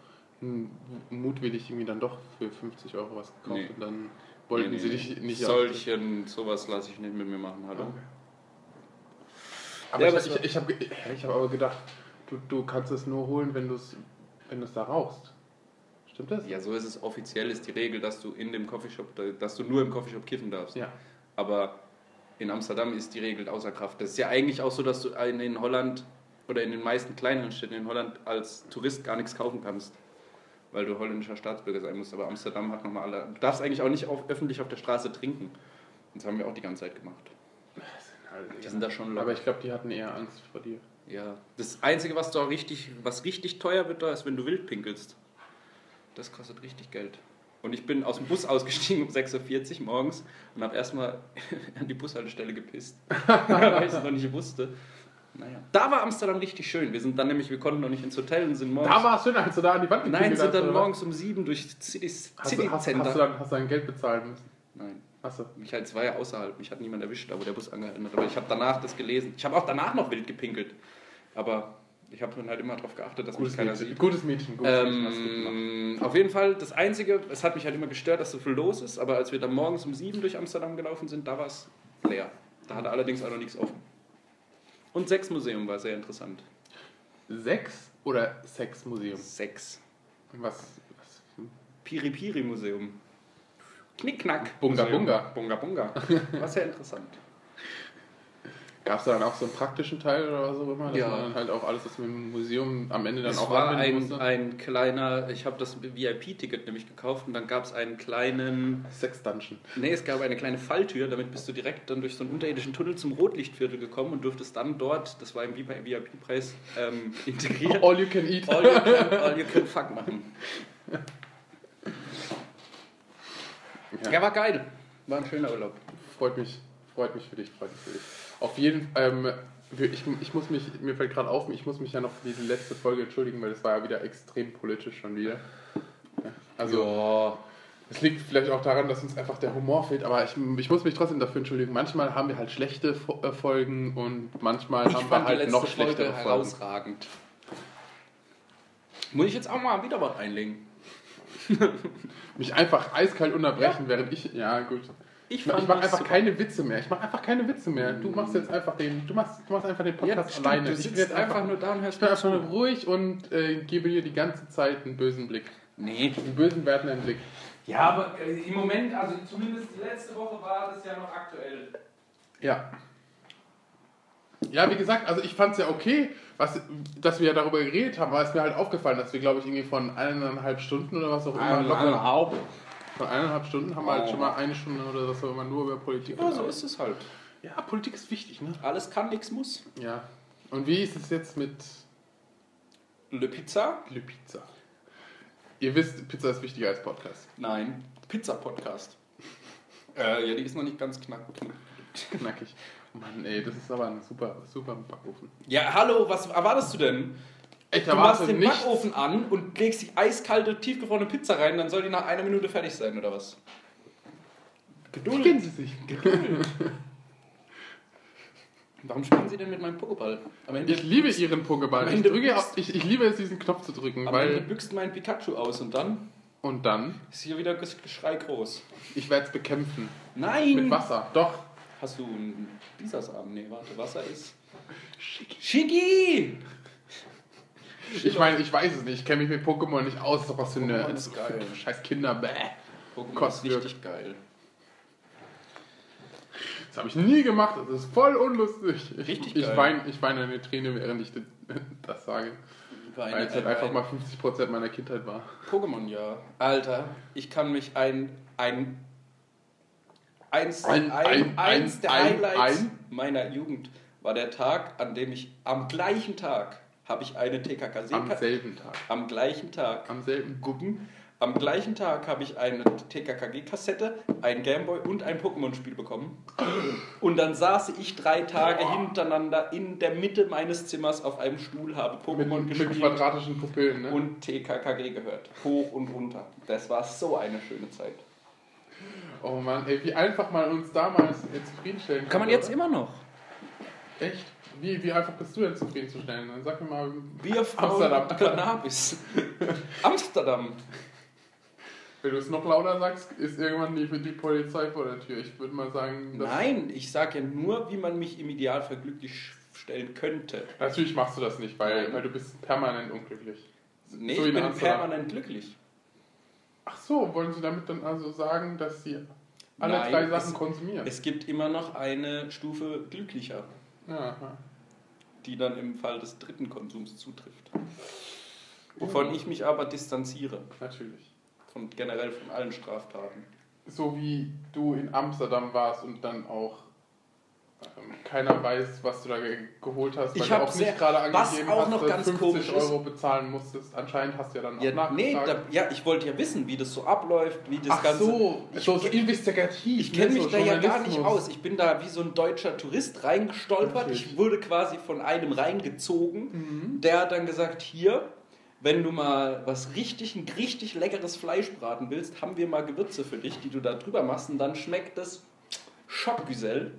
Speaker 2: hm, mutwillig irgendwie dann doch für 50 Euro was gekauft
Speaker 1: Nee.
Speaker 2: und dann wollten
Speaker 1: Nee, nee,
Speaker 2: sie
Speaker 1: nee.
Speaker 2: dich nicht
Speaker 1: Solchen, sowas lasse ich nicht mit mir machen, hallo.
Speaker 2: Okay. Aber
Speaker 1: Ja,
Speaker 2: ich,
Speaker 1: aber es
Speaker 2: ich,
Speaker 1: war-
Speaker 2: ich habe ich hab aber gedacht, du, du kannst es nur holen, wenn du es wenn du's da rauchst. Stimmt das?
Speaker 1: Ja, so ist es offiziell, ist die Regel, dass du in dem Coffeeshop, dass du nur im Coffeeshop kiffen darfst.
Speaker 2: Ja.
Speaker 1: Aber in Amsterdam ist die Regel außer Kraft. Das ist ja eigentlich auch so, dass du in, in Holland oder in den meisten kleineren Städten in Holland als Tourist gar nichts kaufen kannst, weil du holländischer Staatsbürger sein musst. Aber Amsterdam hat nochmal alle. Du darfst eigentlich auch nicht auf, öffentlich auf der Straße trinken. Und Das haben wir auch die ganze Zeit gemacht.
Speaker 2: Das sind alle
Speaker 1: Die
Speaker 2: Dinger.
Speaker 1: sind da schon locker.
Speaker 2: aber ich glaube, die hatten eher Angst vor dir.
Speaker 1: Ja. Das Einzige, was da richtig, was richtig teuer wird, da ist, wenn du wild pinkelst. Das kostet richtig Geld. Und ich bin aus dem Bus ausgestiegen um 6.40 Uhr morgens und habe erstmal an die Bushaltestelle gepisst, weil ich es noch nicht wusste. Naja. Da war Amsterdam richtig schön. Wir sind dann nämlich, wir konnten noch nicht ins Hotel und sind morgens.
Speaker 2: Da war es schön, als du da an die Wand
Speaker 1: nein,
Speaker 2: gepinkelt
Speaker 1: sind dann
Speaker 2: oder was?
Speaker 1: morgens um sieben durch City,
Speaker 2: Hast,
Speaker 1: City
Speaker 2: du- hast,
Speaker 1: Center.
Speaker 2: hast, du dann, hast du dann Geld bezahlen müssen?
Speaker 1: nein.
Speaker 2: Hast du?
Speaker 1: Mich halt zwei außerhalb, mich hat niemand erwischt, aber der Bus angehalten hat. Aber ich habe danach das gelesen. Ich habe auch danach noch wild gepinkelt. Aber ich habe dann halt immer darauf geachtet, dass mich
Speaker 2: Gutes
Speaker 1: keiner
Speaker 2: Mädchen,
Speaker 1: sieht.
Speaker 2: gutes Mädchen, gutes Mädchen hast du gemacht.
Speaker 1: Ähm, auf jeden Fall, das Einzige, es hat mich halt immer gestört, dass so viel los ist, aber als wir dann morgens um sieben durch Amsterdam gelaufen sind, da war es leer. Da hatte allerdings auch noch nichts offen. Und sechs Museum war sehr interessant.
Speaker 2: Sex oder Sexmuseum?
Speaker 1: Sechs.
Speaker 2: Was? was
Speaker 1: Piri Piri Museum. Knickknack.
Speaker 2: Bunga
Speaker 1: Museum.
Speaker 2: Bunga.
Speaker 1: Bunga Bunga. War sehr interessant.
Speaker 2: Gab es da dann auch so einen praktischen Teil oder was auch immer? Dass
Speaker 1: Ja.
Speaker 2: man dann halt auch alles, was mit dem Museum am Ende dann
Speaker 1: Es
Speaker 2: auch
Speaker 1: war ein,
Speaker 2: anwenden musste?
Speaker 1: ein kleiner, ich habe das VIP-Ticket nämlich gekauft und dann gab es einen kleinen,
Speaker 2: Sex-Dungeon.
Speaker 1: nee, es gab eine kleine Falltür, damit bist du direkt dann durch so einen unterirdischen Tunnel zum Rotlichtviertel gekommen und durftest dann dort, das war im VIP-Preis, ähm, integriert, all
Speaker 2: All you can eat.
Speaker 1: you, can, all you can fuck machen.
Speaker 2: Ja.
Speaker 1: Ja. war geil. War ein schöner Urlaub.
Speaker 2: freut mich, freut mich für dich, freut mich für dich. Auf jeden Fall, ähm, wir- ich, ich muss mich, mir fällt gerade auf, ich muss mich ja noch für diese letzte Folge entschuldigen, weil das war ja wieder extrem politisch schon wieder. Also,
Speaker 1: ja.
Speaker 2: es liegt vielleicht auch daran, dass uns einfach der Humor fehlt, aber ich, ich muss mich trotzdem dafür entschuldigen. Manchmal haben wir halt schlechte Fo- äh, Folgen und manchmal
Speaker 1: Ich
Speaker 2: haben wir
Speaker 1: fand die
Speaker 2: halt
Speaker 1: letzte
Speaker 2: noch
Speaker 1: Folge
Speaker 2: schlechtere Folgen.
Speaker 1: herausragend. Muss ich jetzt auch mal wieder was einlegen?
Speaker 2: Mich einfach eiskalt unterbrechen, während ich. Ja, gut. Ich, mach- ich mache
Speaker 1: das
Speaker 2: einfach
Speaker 1: super.
Speaker 2: keine Witze mehr. Ich mache einfach keine Witze mehr. Du machst jetzt einfach den, du machst, du machst einfach den
Speaker 1: Ja,
Speaker 2: Podcast
Speaker 1: das stimmt.
Speaker 2: alleine.
Speaker 1: Du
Speaker 2: Ich
Speaker 1: sitzt
Speaker 2: bin jetzt
Speaker 1: einfach, nur da und
Speaker 2: Ich
Speaker 1: hörst
Speaker 2: bin einfach
Speaker 1: zu.
Speaker 2: nur ruhig und äh, gebe dir die ganze Zeit einen bösen Blick.
Speaker 1: Nee.
Speaker 2: Einen bösen, wertenden Blick.
Speaker 1: Ja, aber äh, im Moment, also zumindest die letzte Woche war das ja noch aktuell.
Speaker 2: Ja. Ja, wie gesagt, also ich fand es ja okay, was, dass wir ja darüber geredet haben, aber es ist mir halt aufgefallen, dass wir, glaube ich, irgendwie von eineinhalb Stunden oder was auch immer locker. Von eineinhalb Stunden haben wir halt schon mal eine Stunde oder was auch immer nur über Politik
Speaker 1: Oh. Ja, so
Speaker 2: geredet.
Speaker 1: ist es halt.
Speaker 2: Ja, Politik ist wichtig, ne?
Speaker 1: Alles kann, nichts muss.
Speaker 2: Ja. Und wie ist es jetzt mit
Speaker 1: Le Pizza?
Speaker 2: Le Pizza? Ihr wisst, Pizza ist wichtiger als Podcast.
Speaker 1: Nein. Pizza-Podcast. Äh, ja, die ist noch nicht ganz knack.
Speaker 2: Knackig. Mann, ey, das ist aber ein super, super Backofen.
Speaker 1: Ja, hallo, was erwartest du denn?
Speaker 2: Ich
Speaker 1: Du machst
Speaker 2: erwarte
Speaker 1: den
Speaker 2: nicht.
Speaker 1: Backofen an und legst die eiskalte, tiefgefrorene Pizza rein, dann soll die nach einer Minute fertig sein, oder was?
Speaker 2: Kennen Sie sich?
Speaker 1: Warum spielen sie denn mit meinem Pokéball? Am Ende,
Speaker 2: Ich liebe Ihren Pokéball.
Speaker 1: Am
Speaker 2: Ich,
Speaker 1: Ende
Speaker 2: drücke,
Speaker 1: bist-
Speaker 2: ich, ich liebe es, diesen Knopf zu drücken,
Speaker 1: am Ende
Speaker 2: weil.
Speaker 1: büchst mein Pikachu aus und dann
Speaker 2: Und dann?
Speaker 1: ist hier wieder das Geschrei groß.
Speaker 2: Ich werde es bekämpfen.
Speaker 1: Nein!
Speaker 2: Mit Wasser. Doch.
Speaker 1: Hast du einen Bisasarm? Nee, warte, Wasser ist. Schicki! Schicki!
Speaker 2: Ich meine, ich weiß es nicht. Ich kenne mich mit Pokémon nicht aus. Das ist doch was für eine.
Speaker 1: Pokémon ist geil.
Speaker 2: Scheiß Kinder. Bäh.
Speaker 1: Pokémon ist
Speaker 2: Kostwürdig.
Speaker 1: richtig geil.
Speaker 2: Das habe ich nie gemacht. Das ist voll unlustig. Ich,
Speaker 1: Richtig
Speaker 2: ich
Speaker 1: geil.
Speaker 2: weine ich wein eine Träne, während ich das sage. Weil es halt einfach mal 50% meiner Kindheit war.
Speaker 1: Pokémon, ja. Alter, ich kann mich ein. ein eins, ein, ein, eins der Highlights meiner Jugend war der Tag, an dem ich am gleichen Tag habe ich eine TKKG
Speaker 2: Am selben Tag.
Speaker 1: am gleichen Tag
Speaker 2: Am selben.
Speaker 1: gucken. Am gleichen Tag habe ich eine TKKG-Kassette, ein Gameboy und ein Pokémon-Spiel bekommen. Und dann saß ich drei Tage hintereinander in der Mitte meines Zimmers auf einem Stuhl, habe
Speaker 2: Mit,
Speaker 1: Pokémon
Speaker 2: mit
Speaker 1: gespielt
Speaker 2: quadratischen Pupillen, ne?
Speaker 1: und TKKG gehört. Hoch und runter. Das war so eine schöne Zeit.
Speaker 2: oh Mann, ey, wie einfach man uns damals äh, zufriedenstellen
Speaker 1: Kann man
Speaker 2: oder?
Speaker 1: jetzt immer noch.
Speaker 2: Echt? Wie, wie einfach bist du denn zufriedenzustellen? Dann sag mir mal.
Speaker 1: Bier, Frauen,
Speaker 2: Amsterdam.
Speaker 1: und Cannabis. Amsterdam.
Speaker 2: Wenn du es noch lauter sagst, ist irgendwann die, die Polizei vor der Tür. Ich würde mal sagen, dass-
Speaker 1: Nein, ich sage ja nur, wie man mich im Idealfall glücklich stellen könnte.
Speaker 2: Natürlich machst du das nicht, weil,
Speaker 1: Nein.
Speaker 2: weil du bist permanent unglücklich.
Speaker 1: Nee,
Speaker 2: So
Speaker 1: ich
Speaker 2: in
Speaker 1: bin
Speaker 2: Amsterdam.
Speaker 1: permanent glücklich.
Speaker 2: Ach so, wollen sie damit dann also sagen, dass sie alle
Speaker 1: Nein,
Speaker 2: drei
Speaker 1: es-
Speaker 2: Sachen konsumieren?
Speaker 1: Es gibt immer noch eine Stufe glücklicher,
Speaker 2: ja, aha.
Speaker 1: die dann im Fall des dritten Konsums zutrifft. Wovon ich mich aber distanziere.
Speaker 2: natürlich.
Speaker 1: Von generell von allen Straftaten.
Speaker 2: So wie du in Amsterdam warst und dann auch ähm, keiner weiß, was du da ge geholt hast, weil
Speaker 1: Ich
Speaker 2: du
Speaker 1: hab
Speaker 2: auch
Speaker 1: sehr-
Speaker 2: nicht gerade
Speaker 1: was
Speaker 2: angegeben
Speaker 1: auch
Speaker 2: hast,
Speaker 1: noch
Speaker 2: dass
Speaker 1: ganz
Speaker 2: 50
Speaker 1: komisch ist-
Speaker 2: Euro bezahlen musstest. Anscheinend hast du ja dann auch
Speaker 1: Ja, nee,
Speaker 2: nachgefragt.
Speaker 1: da, ja, ich wollte ja wissen, wie das so abläuft, wie das
Speaker 2: Ach
Speaker 1: Ganze.
Speaker 2: so,
Speaker 1: Ich-
Speaker 2: so ist investigativ.
Speaker 1: Ich kenne
Speaker 2: ne,
Speaker 1: mich
Speaker 2: so
Speaker 1: da ja gar nicht
Speaker 2: Journalismus.
Speaker 1: aus. Ich bin da wie so ein deutscher Tourist reingestolpert. Ich
Speaker 2: Natürlich. Mhm.
Speaker 1: wurde quasi von einem reingezogen. Der hat dann gesagt, hier, wenn du mal was richtig, ein richtig leckeres Fleisch braten willst, haben wir mal Gewürze für dich, die du da drüber machst. Und dann schmeckt das Schockgesell.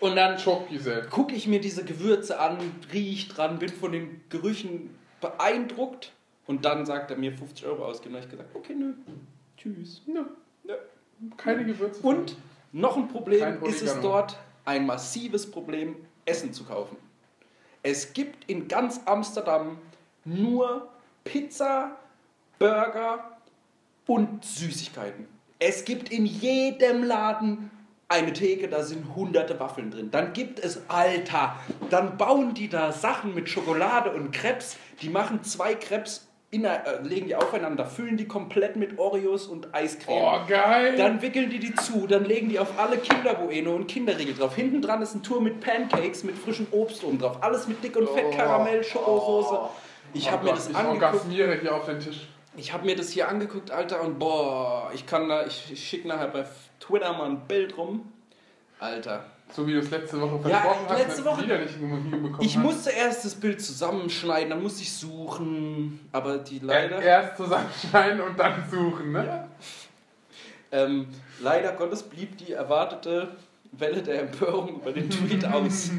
Speaker 1: Und dann
Speaker 2: Schockgesell.
Speaker 1: gucke ich mir diese Gewürze an, riech dran, bin von den Gerüchen beeindruckt. Und dann sagt er mir 50 Euro ausgeben. Da hab ich gesagt, okay, nö, tschüss.
Speaker 2: Nö,
Speaker 1: Nö.
Speaker 2: keine Gewürze.
Speaker 1: Und noch ein
Speaker 2: Kein
Speaker 1: Problem ist es
Speaker 2: Oregano.
Speaker 1: dort, ein massives Problem, Essen zu kaufen. Es gibt in ganz Amsterdam nur Pizza, Burger und Süßigkeiten. Es gibt in jedem Laden eine Theke, da sind hunderte Waffeln drin. Dann gibt es, Alter, dann bauen die da Sachen mit Schokolade und Krebs. Die machen zwei Krebs, inner, äh, legen die aufeinander, füllen die komplett mit Oreos und Eiscreme.
Speaker 2: Oh, geil!
Speaker 1: Dann wickeln die die zu, dann legen die auf alle Kinderbueno und Kinderriegel drauf. Hinten dran ist ein Tour mit Pancakes mit frischem Obst oben drauf. Alles mit dick und fett,
Speaker 2: Oh.
Speaker 1: Karamell, Schokosoße. Ich
Speaker 2: Oh
Speaker 1: habe mir
Speaker 2: Gott,
Speaker 1: das
Speaker 2: ich
Speaker 1: angeguckt.
Speaker 2: orgasmiere hier auf den Tisch.
Speaker 1: Ich habe mir das hier angeguckt, Alter, und boah, ich kann da, ich, ich schicke nachher bei Twitter mal ein Bild rum. Alter.
Speaker 2: So wie du es letzte Woche
Speaker 1: Ja,
Speaker 2: versprochen hast, ne,
Speaker 1: letzte
Speaker 2: dass
Speaker 1: Woche-
Speaker 2: du wieder nicht hinbekommen
Speaker 1: Ich
Speaker 2: hast.
Speaker 1: musste erst das Bild zusammenschneiden, dann musste ich suchen, aber die leider.
Speaker 2: Äh, Erst zusammenschneiden und dann suchen, ne?
Speaker 1: Ähm, leider Gottes blieb die erwartete Welle der Empörung über den Tweet aus.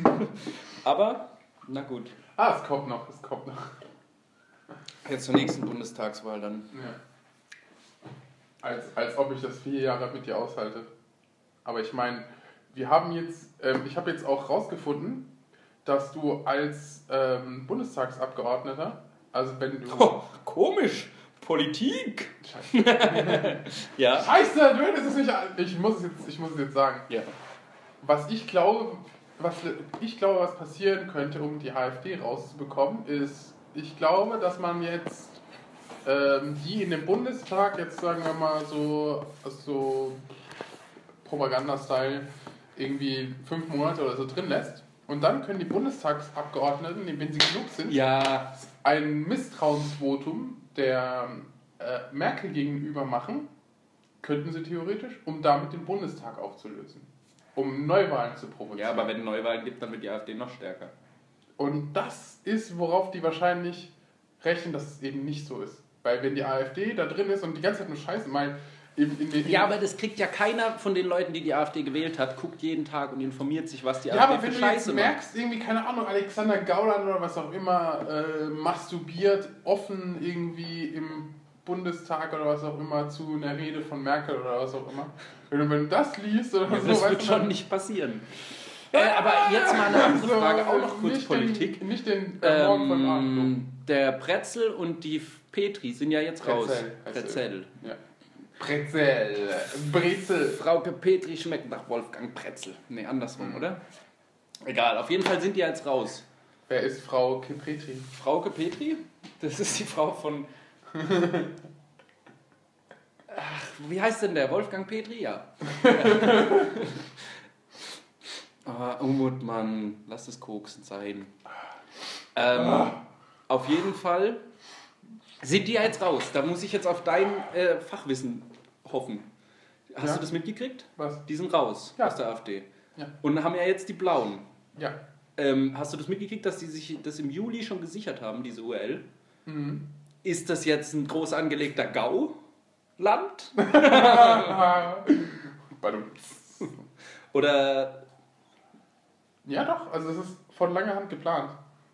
Speaker 1: Aber, na gut.
Speaker 2: Ah, es kommt noch, es kommt noch.
Speaker 1: Jetzt zur nächsten Bundestagswahl dann.
Speaker 2: Ja. Als, als ob ich das vier Jahre mit dir aushalte. Aber ich meine, wir haben jetzt, ähm, ich habe jetzt auch rausgefunden, dass du als ähm, Bundestagsabgeordneter, also wenn du.
Speaker 1: Oh. komisch. Politik.
Speaker 2: Scheiße,
Speaker 1: Ja.
Speaker 2: Scheiße, du hättest es nicht. an- Ich muss es jetzt, ich muss es jetzt sagen.
Speaker 1: Ja.
Speaker 2: Was ich glaube, was ich glaube, was passieren könnte, um die AfD rauszubekommen, ist, ich glaube, dass man jetzt ähm, die in dem Bundestag jetzt sagen wir mal so, so Propaganda-Style irgendwie fünf Monate oder so drin lässt. Und dann können die Bundestagsabgeordneten, wenn sie genug sind,
Speaker 1: Ja.
Speaker 2: ein Misstrauensvotum der äh, Merkel gegenüber machen, könnten sie theoretisch, um damit den Bundestag aufzulösen. Um Neuwahlen zu provozieren.
Speaker 1: Ja, aber wenn Neuwahlen gibt, dann wird die AfD noch stärker.
Speaker 2: Und das ist, worauf die wahrscheinlich rechnen, dass es eben nicht so ist. Weil wenn die AfD da drin ist und die ganze Zeit nur Scheiße meint, eben in den...
Speaker 1: Ja, aber das kriegt ja keiner von den Leuten, die die AfD gewählt hat, guckt jeden Tag und informiert sich, was die
Speaker 2: Ja,
Speaker 1: AfD
Speaker 2: aber wenn
Speaker 1: für
Speaker 2: du jetzt
Speaker 1: Scheiße macht.
Speaker 2: merkst, irgendwie, keine Ahnung, Alexander Gauland oder was auch immer, äh, masturbiert offen irgendwie im Bundestag oder was auch immer zu einer Rede von Merkel oder was auch immer. Wenn du, wenn du das liest oder
Speaker 1: Ja,
Speaker 2: so,
Speaker 1: das wird
Speaker 2: du,
Speaker 1: schon
Speaker 2: dann-
Speaker 1: nicht passieren. Äh, aber jetzt mal eine andere
Speaker 2: Also,
Speaker 1: Frage, auch noch kurz
Speaker 2: nicht
Speaker 1: Politik.
Speaker 2: Den, nicht den äh, Morgen von Abend.
Speaker 1: Ähm, der Pretzel und die Petri sind ja jetzt raus.
Speaker 2: Pretzel, Pretzel.
Speaker 1: Pretzel.
Speaker 2: Ja. Brezel. Brezel.
Speaker 1: Frauke Petri schmeckt nach Wolfgang Pretzel. Nee, andersrum, oder? Egal, auf jeden Fall sind die jetzt raus.
Speaker 2: Wer ist Frau Kepetri?
Speaker 1: Frauke Petri, das ist die Frau von. Ach, wie heißt denn der? Wolfgang Petri, ja. Ah, Umut, Mann, lass das Koksen sein. Ähm, Auf jeden Fall sind die ja jetzt raus. Da muss ich jetzt auf dein äh, Fachwissen hoffen. Hast
Speaker 2: Ja.
Speaker 1: du das mitgekriegt?
Speaker 2: Was?
Speaker 1: Die sind raus
Speaker 2: Ja.
Speaker 1: aus der AfD.
Speaker 2: Ja.
Speaker 1: Und haben ja jetzt die Blauen.
Speaker 2: Ja.
Speaker 1: Ähm, hast du das mitgekriegt, dass die sich das im Juli schon gesichert haben, diese URL?
Speaker 2: Mhm.
Speaker 1: Ist das jetzt ein groß angelegter Gau-Land?
Speaker 2: Badum.
Speaker 1: Oder
Speaker 2: Ja, doch, also es ist von langer Hand geplant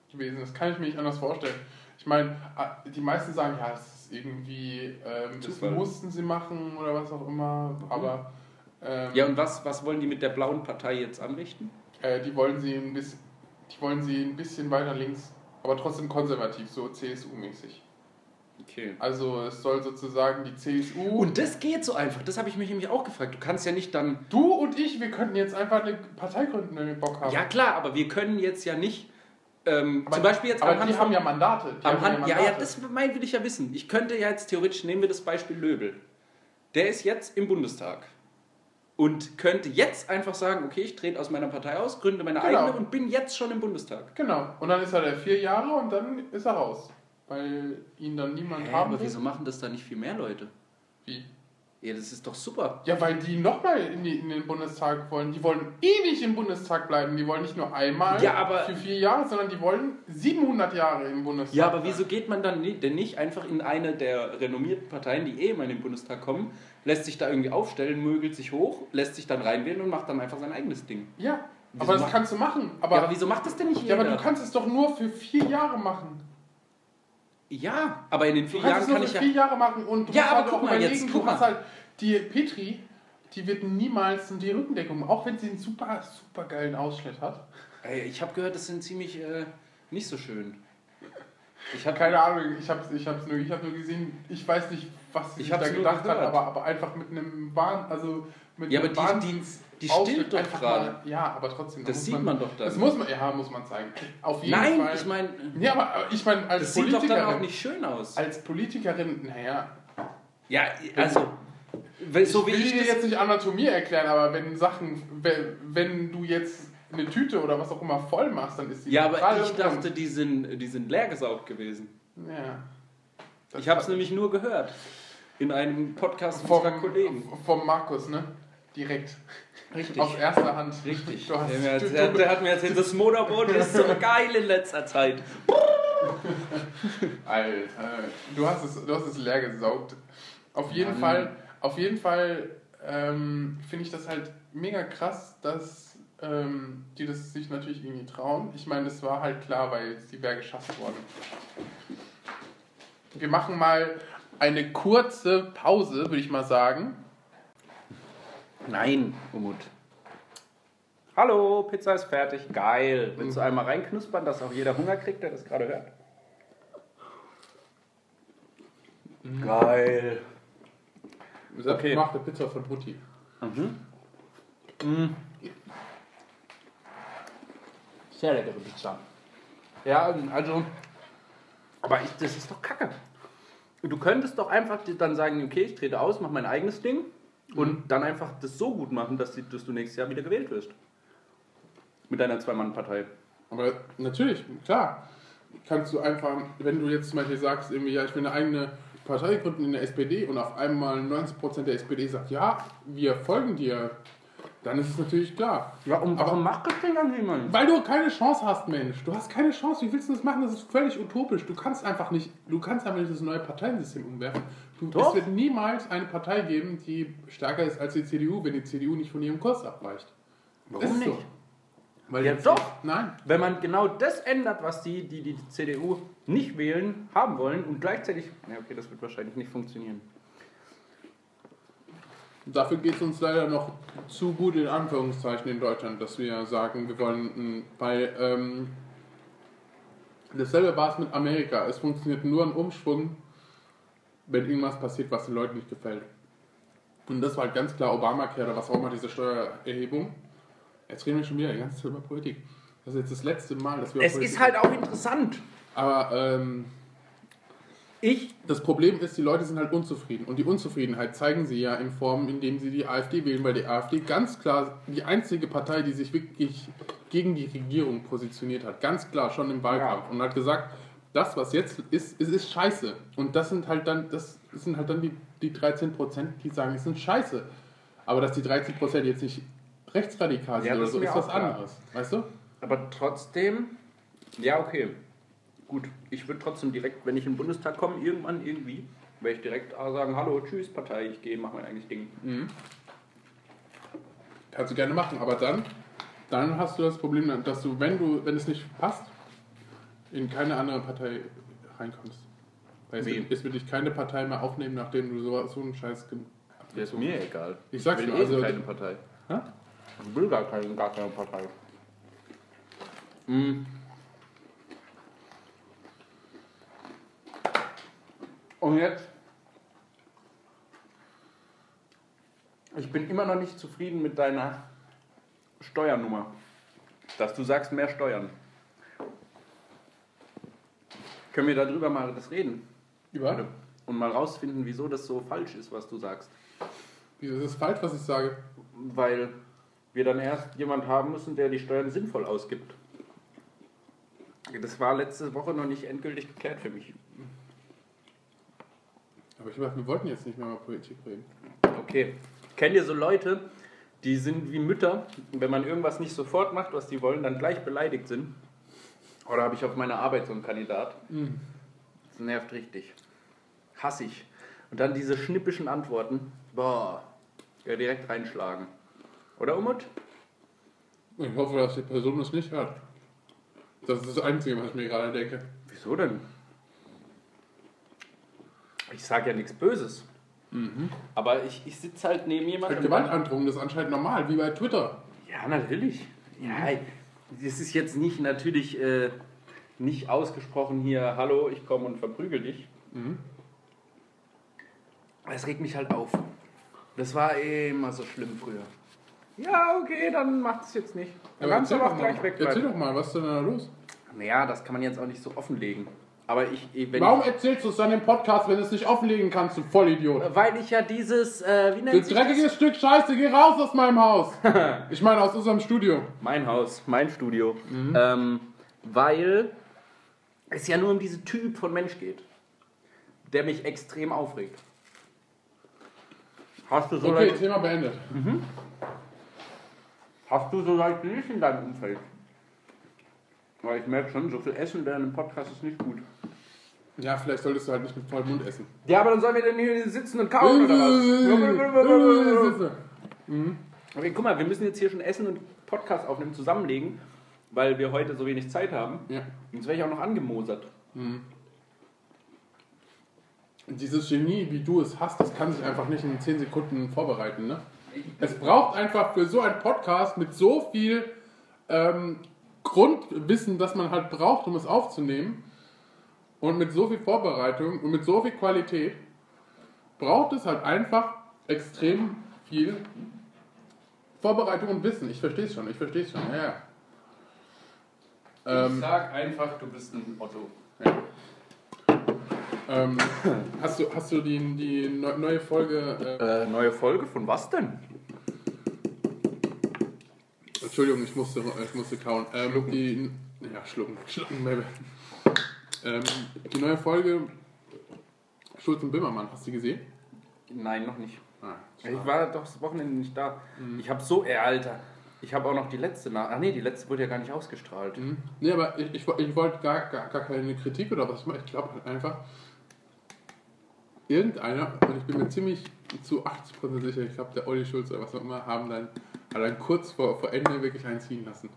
Speaker 2: gewesen. Das kann ich mir nicht anders vorstellen. Ich meine, ah, die meisten sagen, ja, es ist irgendwie, ähm, das
Speaker 1: Zufall. Mhm.
Speaker 2: mussten sie machen oder was auch immer, aber ähm,
Speaker 1: ja, und was, was wollen die mit der blauen Partei jetzt anrichten?
Speaker 2: äh, die, wollen sie ein bisschen, die wollen sie ein bisschen weiter links, aber trotzdem konservativ, so CSU-mäßig.
Speaker 1: Okay.
Speaker 2: Also es soll sozusagen die CSU...
Speaker 1: Und das geht so einfach. Das habe ich mich nämlich auch gefragt. Du kannst ja nicht dann.
Speaker 2: du und ich, wir könnten jetzt einfach eine Partei gründen, wenn wir Bock haben.
Speaker 1: Ja klar, aber wir können jetzt ja nicht. Ähm,
Speaker 2: aber,
Speaker 1: zum Beispiel jetzt
Speaker 2: aber
Speaker 1: am
Speaker 2: die
Speaker 1: Hand.
Speaker 2: haben ja Mandate. Die
Speaker 1: am
Speaker 2: haben
Speaker 1: Hand ja, ja, das mein, will ich ja wissen. Ich könnte ja jetzt theoretisch, nehmen wir das Beispiel Löbel. Der ist jetzt im Bundestag. Und könnte jetzt einfach sagen, okay, ich trete aus meiner Partei aus, gründe meine
Speaker 2: Genau.
Speaker 1: eigene und bin jetzt schon im Bundestag.
Speaker 2: Genau. Und dann ist er der vier Jahre und dann ist er raus. Weil ihn dann niemand
Speaker 1: Hä,
Speaker 2: haben
Speaker 1: aber
Speaker 2: will.
Speaker 1: wieso machen das da nicht viel mehr Leute?
Speaker 2: Wie?
Speaker 1: Ja, das ist doch super.
Speaker 2: Ja, weil die nochmal in, die- in den Bundestag wollen. Die wollen ewig im Bundestag bleiben. Die wollen nicht nur einmal
Speaker 1: Ja, aber-
Speaker 2: für vier Jahre, sondern die wollen 700 Jahre im Bundestag.
Speaker 1: Ja, aber
Speaker 2: bleiben.
Speaker 1: wieso geht man dann ni- denn nicht einfach in eine der renommierten Parteien, die eh immer in den Bundestag kommen, lässt sich da irgendwie aufstellen, mögelt sich hoch, lässt sich dann reinwählen und macht dann einfach sein eigenes Ding.
Speaker 2: Ja,
Speaker 1: Wieso
Speaker 2: aber das
Speaker 1: macht-
Speaker 2: kannst du machen. Aber,
Speaker 1: ja, aber wieso macht das denn nicht
Speaker 2: ja,
Speaker 1: jeder?
Speaker 2: aber du kannst es doch nur für vier Jahre machen.
Speaker 1: Ja, aber in den
Speaker 2: Du
Speaker 1: vier
Speaker 2: kannst
Speaker 1: Jahren
Speaker 2: es nur
Speaker 1: kann
Speaker 2: für
Speaker 1: ich ja.
Speaker 2: vier Jahre machen und du
Speaker 1: Ja,
Speaker 2: musst
Speaker 1: aber
Speaker 2: halt
Speaker 1: guck
Speaker 2: auch
Speaker 1: mal
Speaker 2: überlegen,
Speaker 1: jetzt,
Speaker 2: du
Speaker 1: guck
Speaker 2: hast
Speaker 1: mal.
Speaker 2: halt die Petri, die wird niemals die Rückendeckung, auch wenn sie einen super, super geilen Ausschnitt hat.
Speaker 1: Ey, ich habe gehört, das sind ziemlich äh, nicht so schön. Ich habe
Speaker 2: Keine Ahnung, ich hab's, ich hab's nur, ich hab nur gesehen, ich weiß nicht, was sie
Speaker 1: Ich
Speaker 2: sich da
Speaker 1: hab's nur
Speaker 2: gedacht hat,
Speaker 1: gehört.
Speaker 2: aber, aber einfach mit einem Bahn, also mit
Speaker 1: Ja,
Speaker 2: einem
Speaker 1: aber die- die-
Speaker 2: Wahnsinns-
Speaker 1: die
Speaker 2: Ausschnitt
Speaker 1: stillt doch
Speaker 2: einfach
Speaker 1: gerade.
Speaker 2: mal- Ja, aber trotzdem. da
Speaker 1: Das
Speaker 2: muss
Speaker 1: sieht man doch dann.
Speaker 2: Das muss man, ja, muss man zeigen. Auf jeden
Speaker 1: Nein,
Speaker 2: Fall.
Speaker 1: ich meine,
Speaker 2: Ja, aber aber ich meine, als
Speaker 1: das sieht doch dann auch
Speaker 2: Politikerin,
Speaker 1: nicht schön aus.
Speaker 2: als Politikerin, naja,
Speaker 1: Ja, also weil- so wie
Speaker 2: ich will
Speaker 1: ich
Speaker 2: dir
Speaker 1: das
Speaker 2: jetzt nicht Anatomie erklären, aber wenn Sachen, wenn, wenn du jetzt eine Tüte oder was auch immer voll machst, dann ist die
Speaker 1: Ja, aber
Speaker 2: totale
Speaker 1: ich dachte, die sind, die sind leer gesaugt gewesen.
Speaker 2: Ja.
Speaker 1: Ich habe es nämlich nur gehört in einem Podcast
Speaker 2: vom,
Speaker 1: unserer Kollegen.
Speaker 2: vom Markus, ne? Direkt.
Speaker 1: Richtig.
Speaker 2: Aus erster Hand.
Speaker 1: Richtig.
Speaker 2: Du hast,
Speaker 1: der, mir
Speaker 2: du,
Speaker 1: jetzt, der,
Speaker 2: du,
Speaker 1: der hat mir erzählt, das Motorboot ist so geil in letzter Zeit.
Speaker 2: Alter, du hast es, du hast es leer gesaugt. Auf
Speaker 1: Mann.
Speaker 2: jeden Fall, auf jeden Fall ähm, finde ich das halt mega krass, dass ähm, die das sich natürlich irgendwie trauen. Ich meine, das war halt klar, weil sie wäre geschafft worden. Wir machen mal eine kurze Pause, würde ich mal sagen.
Speaker 1: Nein, Umut. Hallo, Pizza ist fertig. Geil. Willst du einmal reinknuspern, dass auch jeder Hunger kriegt, der das gerade hört? Geil. Okay.
Speaker 2: Nach der Pizza von Brutti.
Speaker 1: Mhm. Mm. Sehr leckere Pizza. Ja, also. Aber ich, das ist doch kacke. Du könntest doch einfach dir dann sagen, okay, ich trete aus, mache mein eigenes Ding und dann einfach das so gut machen, dass, die, dass du nächstes Jahr wieder gewählt wirst. Mit deiner Zwei-Mann-Partei.
Speaker 2: Aber natürlich, klar. Kannst du einfach, wenn du jetzt zum Beispiel sagst, irgendwie, ja, ich will eine eigene Partei gründen in der SPD und auf einmal 90% der SPD sagt, ja, wir folgen dir, dann ist es natürlich klar.
Speaker 1: Ja, und
Speaker 2: Aber-
Speaker 1: warum macht das denn dann niemand?
Speaker 2: Weil du keine Chance hast, Mensch. Du hast keine Chance. Wie willst du das machen? Das ist völlig utopisch. Du kannst einfach nicht, du kannst einfach nicht das neue Parteiensystem umwerfen. Du,
Speaker 1: Doch.
Speaker 2: es wird niemals eine Partei geben, die stärker ist als die CDU, wenn die CDU nicht von ihrem Kurs abweicht.
Speaker 1: Warum
Speaker 2: Ist
Speaker 1: nicht?
Speaker 2: So. Weil
Speaker 1: Ja,
Speaker 2: die-
Speaker 1: doch.
Speaker 2: Nein.
Speaker 1: Wenn man genau das ändert, was die, die die CDU nicht wählen, haben wollen und gleichzeitig. Ja, okay, das wird wahrscheinlich nicht funktionieren.
Speaker 2: Dafür geht es uns leider noch zu gut in Anführungszeichen in Deutschland, dass wir sagen, wir wollen, mh, weil ähm, dasselbe war es mit Amerika. Es funktioniert nur ein Umschwung, wenn irgendwas passiert, was den Leuten nicht gefällt. Und das war halt ganz klar Obamacare oder was auch immer, diese Steuererhebung. Jetzt reden wir schon wieder die ganze Zeit über Politik.
Speaker 1: halt
Speaker 2: Das ist jetzt das letzte Mal, dass wir über
Speaker 1: Es
Speaker 2: Politik
Speaker 1: ist halt auch interessant.
Speaker 2: aber ähm,
Speaker 3: Ich?
Speaker 2: Das Problem ist, die Leute sind halt unzufrieden. Und die Unzufriedenheit zeigen sie ja in Form, indem sie die AfD wählen, weil die AfD ganz klar die einzige Partei, die sich wirklich gegen die Regierung positioniert hat. Ganz klar, schon im Wahlkampf. Und hat gesagt, das, was jetzt ist, ist, ist scheiße. Und das sind halt dann, das sind halt dann die, die 13 Prozent, die sagen, es sind scheiße. Aber dass die 13 Prozent jetzt nicht rechtsradikal sind
Speaker 3: Ja,
Speaker 2: oder
Speaker 3: das
Speaker 2: so,
Speaker 3: ist mir
Speaker 2: ist was
Speaker 3: auch klar.
Speaker 2: anderes. Weißt du?
Speaker 1: Aber trotzdem, ja, okay. Gut, ich würde trotzdem direkt, wenn ich in den Bundestag komme, irgendwann irgendwie, werde ich direkt ah, sagen: Hallo, tschüss, Partei, ich gehe, mach mein eigenes Ding.
Speaker 2: Kannst du gerne machen, aber dann, dann hast du das Problem, dass du, wenn du, wenn es nicht passt, in keine andere Partei reinkommst. Weil es
Speaker 1: Wie?
Speaker 2: wird, es wird dich keine Partei mehr aufnehmen, nachdem du so, so einen Scheiß ge-
Speaker 1: Der ist mir egal.
Speaker 2: Ich sag's
Speaker 1: will
Speaker 2: dir,
Speaker 1: eh
Speaker 2: also-
Speaker 1: keine Partei.
Speaker 2: Hä?
Speaker 1: Ich will gar keine, gar keine Partei. Mm. Und jetzt? Ich bin immer noch nicht zufrieden mit deiner Steuernummer. Dass du sagst, mehr Steuern. Können wir darüber mal das reden?
Speaker 2: Über?
Speaker 1: Und mal rausfinden, wieso das so falsch ist, was du sagst.
Speaker 2: Wieso ist es falsch, was ich sage?
Speaker 1: weil wir dann erst jemand haben müssen, der die Steuern sinnvoll ausgibt. Das war letzte Woche noch nicht endgültig geklärt für mich.
Speaker 2: Aber ich dachte, wir wollten jetzt nicht mehr über Politik reden.
Speaker 1: Okay. Kennt ihr so Leute, die sind wie Mütter, wenn man irgendwas nicht sofort macht, was die wollen, dann gleich beleidigt sind? Oder habe ich auf meiner Arbeit so einen Kandidat? Das nervt richtig. Hassig. Und dann diese schnippischen Antworten. Boah. Ja, direkt reinschlagen. Oder Umut?
Speaker 2: Ich hoffe, dass die Person das nicht hört. Das ist das Einzige, was ich mir gerade denke.
Speaker 1: Wieso denn? Ich sage ja nichts Böses. Mhm. Aber ich, ich sitze halt neben
Speaker 2: Mit
Speaker 1: jemandem.
Speaker 2: Gewaltandrohung, das ist anscheinend normal, wie bei Twitter.
Speaker 1: Ja, natürlich. Ja, das ist jetzt nicht natürlich äh, nicht ausgesprochen hier, hallo, ich komme und verprügel dich. Aber Es regt mich halt auf. Das war eh immer so schlimm früher. Ja, okay, dann macht es jetzt nicht. Dann
Speaker 2: Aber
Speaker 1: kannst du
Speaker 2: erzähl,
Speaker 1: aber
Speaker 2: doch
Speaker 1: auch gleich
Speaker 2: mal, erzähl
Speaker 1: wegbleiben.
Speaker 2: doch mal, was ist denn da los?
Speaker 1: Naja, das kann man jetzt auch nicht so offenlegen. Aber ich, wenn ich-
Speaker 2: Warum erzählst du es dann im Podcast, wenn du es nicht offenlegen kannst, du Vollidiot?
Speaker 1: Weil ich ja dieses, äh, wie
Speaker 2: Du
Speaker 1: nennt sich das?
Speaker 2: dreckiges Stück Scheiße, geh raus aus meinem Haus. Ich meine, aus unserem Studio.
Speaker 1: Mein Haus, mein Studio. Ähm, weil es ja nur um diesen Typ von Mensch geht, der mich extrem aufregt. Hast du so,
Speaker 2: Okay,
Speaker 1: Leute,
Speaker 2: Thema beendet.
Speaker 1: hast du so Leute nicht in deinem Umfeld? Weil ich merke schon, so viel Essen während dem Podcast ist nicht gut.
Speaker 2: Ja, vielleicht solltest du halt nicht mit vollem Mund essen. Äh,
Speaker 1: Ja, aber dann sollen wir denn hier sitzen und kauen oder was? Okay, guck mal, wir müssen jetzt hier schon Essen und Podcast aufnehmen, zusammenlegen, weil wir heute so wenig Zeit haben.
Speaker 2: Ja.
Speaker 1: Jetzt wäre ich auch noch angemosert.
Speaker 2: Dieses Genie, wie du es hast, das kann sich einfach nicht in 10 Sekunden vorbereiten. Ne? Es braucht einfach für so einen Podcast mit so viel ähm, Grundwissen, das man halt braucht, um es aufzunehmen, und mit so viel Vorbereitung und mit so viel Qualität, braucht es halt einfach extrem viel Vorbereitung und Wissen. Ich verstehe es schon, ich verstehe es schon. Ja, ja. Ähm,
Speaker 1: sag einfach, du bist ein Otto.
Speaker 2: ähm, hast du, hast du die, die neu- neue Folge... Äh,
Speaker 1: Äh, neue Folge von was denn?
Speaker 2: Entschuldigung, ich musste, ich musste kauen. Ähm, schlucken. Die, ja, schlucken. Schlucken, Baby. Ähm, die neue Folge Schulz und Bimmermann, hast du die gesehen?
Speaker 1: Nein, noch nicht.
Speaker 2: Ah,
Speaker 1: Ich war doch das Wochenende nicht da. Ich habe so, ey, Alter. Ich habe auch noch die letzte nach. Ach nee, die letzte wurde ja gar nicht ausgestrahlt.
Speaker 2: Mhm. Nee, aber ich, ich, ich wollte gar, gar, gar keine Kritik oder was. Ich, meine. ich glaube halt einfach, irgendeiner, und ich bin mir ziemlich zu 80% sicher, ich glaube, der Olli Schulz oder was auch immer, haben dann, hat dann kurz vor, vor Ende wirklich einziehen lassen.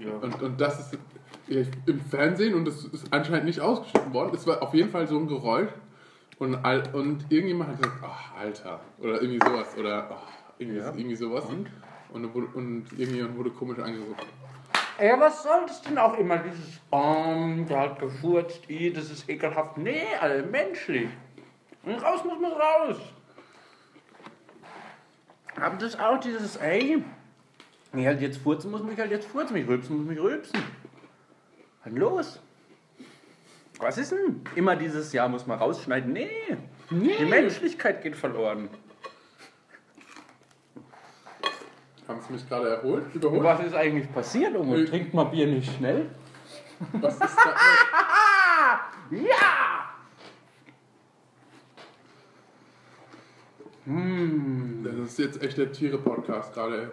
Speaker 1: Ja.
Speaker 2: Und, und das ist ja, im Fernsehen und das ist anscheinend nicht ausgeschnitten worden. Es war auf jeden Fall so ein Geräusch. Und, all, und irgendjemand hat gesagt, ach, Alter. Oder irgendwie sowas. Oder ach, irgendwie,
Speaker 1: Ja.
Speaker 2: irgendwie sowas.
Speaker 1: Und?
Speaker 2: Und, dann wurde- und irgendjemand wurde komisch angeguckt.
Speaker 1: Ey, was soll das denn auch immer? Dieses, ähm, der hat gefurzt, i, das ist ekelhaft. Nee, alle menschlich. Und raus muss man raus. Aber das ist auch dieses, ey, wenn ich halt jetzt furzen muss, muss ich halt jetzt furzen. Wenn ich rülpsen muss, mich rülpsen. Dann los. Was ist denn? Immer dieses Jahr muss man rausschneiden. Nee. nee. Die Menschlichkeit geht verloren.
Speaker 2: Haben Sie mich gerade erholt? Überholt?
Speaker 1: Was ist eigentlich passiert, Unge?
Speaker 2: Nö.
Speaker 1: Trinkt mal Bier nicht schnell?
Speaker 2: Was ist da?
Speaker 1: Ja!
Speaker 2: Hm. Das ist jetzt echt der Tiere-Podcast gerade.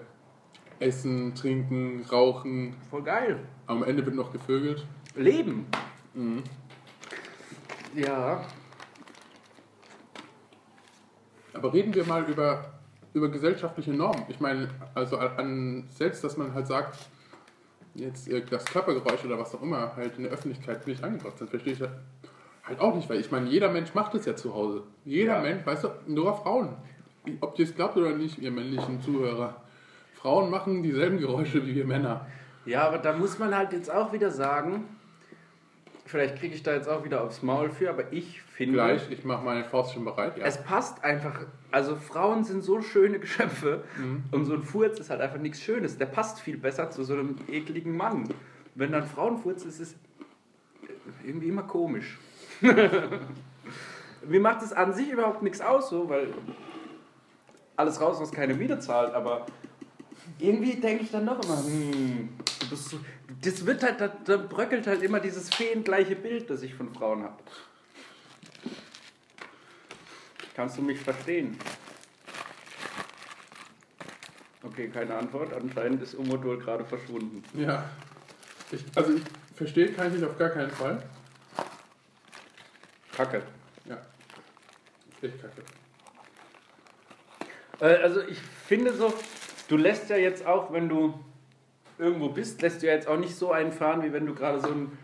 Speaker 2: Essen, trinken, rauchen.
Speaker 1: Voll geil.
Speaker 2: Am Ende wird noch gevögelt.
Speaker 1: Leben. Mhm. Ja.
Speaker 2: Aber reden wir mal über, über gesellschaftliche Normen. Ich meine, also an- an selbst, dass man halt sagt, jetzt äh, das Körpergeräusch oder was auch immer halt in der Öffentlichkeit nicht angebracht ist, das verstehe ich halt auch nicht, weil ich meine, jeder Mensch macht es ja zu Hause. Jeder
Speaker 1: Ja.
Speaker 2: Mensch, weißt du, nur Frauen. Ob ihr es glaubt oder nicht, ihr männlichen Zuhörer. Frauen machen dieselben Geräusche wie wir Männer.
Speaker 1: Ja, aber da muss man halt jetzt auch wieder sagen, vielleicht kriege ich da jetzt auch wieder aufs Maul für, aber ich finde,
Speaker 2: Gleich, ich mache meine Faust schon bereit. Ja.
Speaker 1: Mhm. es passt einfach. Also Frauen sind so schöne Geschöpfe und so ein Furz ist halt einfach nichts Schönes. Der passt viel besser zu so einem ekligen Mann. Wenn dann Frauenfurz ist, ist es irgendwie immer komisch. Mir macht es an sich überhaupt nichts aus, so, weil alles raus, was keine Miete zahlt, aber irgendwie denke ich dann noch immer, hm, du bist so, das wird halt, da, da bröckelt halt immer dieses feengleiche Bild, das ich von Frauen habe. Kannst du mich verstehen? Okay, keine Antwort. Anscheinend ist Umodol gerade verschwunden.
Speaker 2: ja. Ich, also ich verstehe kann ich nicht auf gar keinen Fall.
Speaker 1: Kacke.
Speaker 2: Ja. Ich kacke.
Speaker 1: Äh, also ich finde so, du lässt ja jetzt auch, wenn du irgendwo bist, lässt du ja jetzt auch nicht so einen fahren, wie wenn du gerade so einen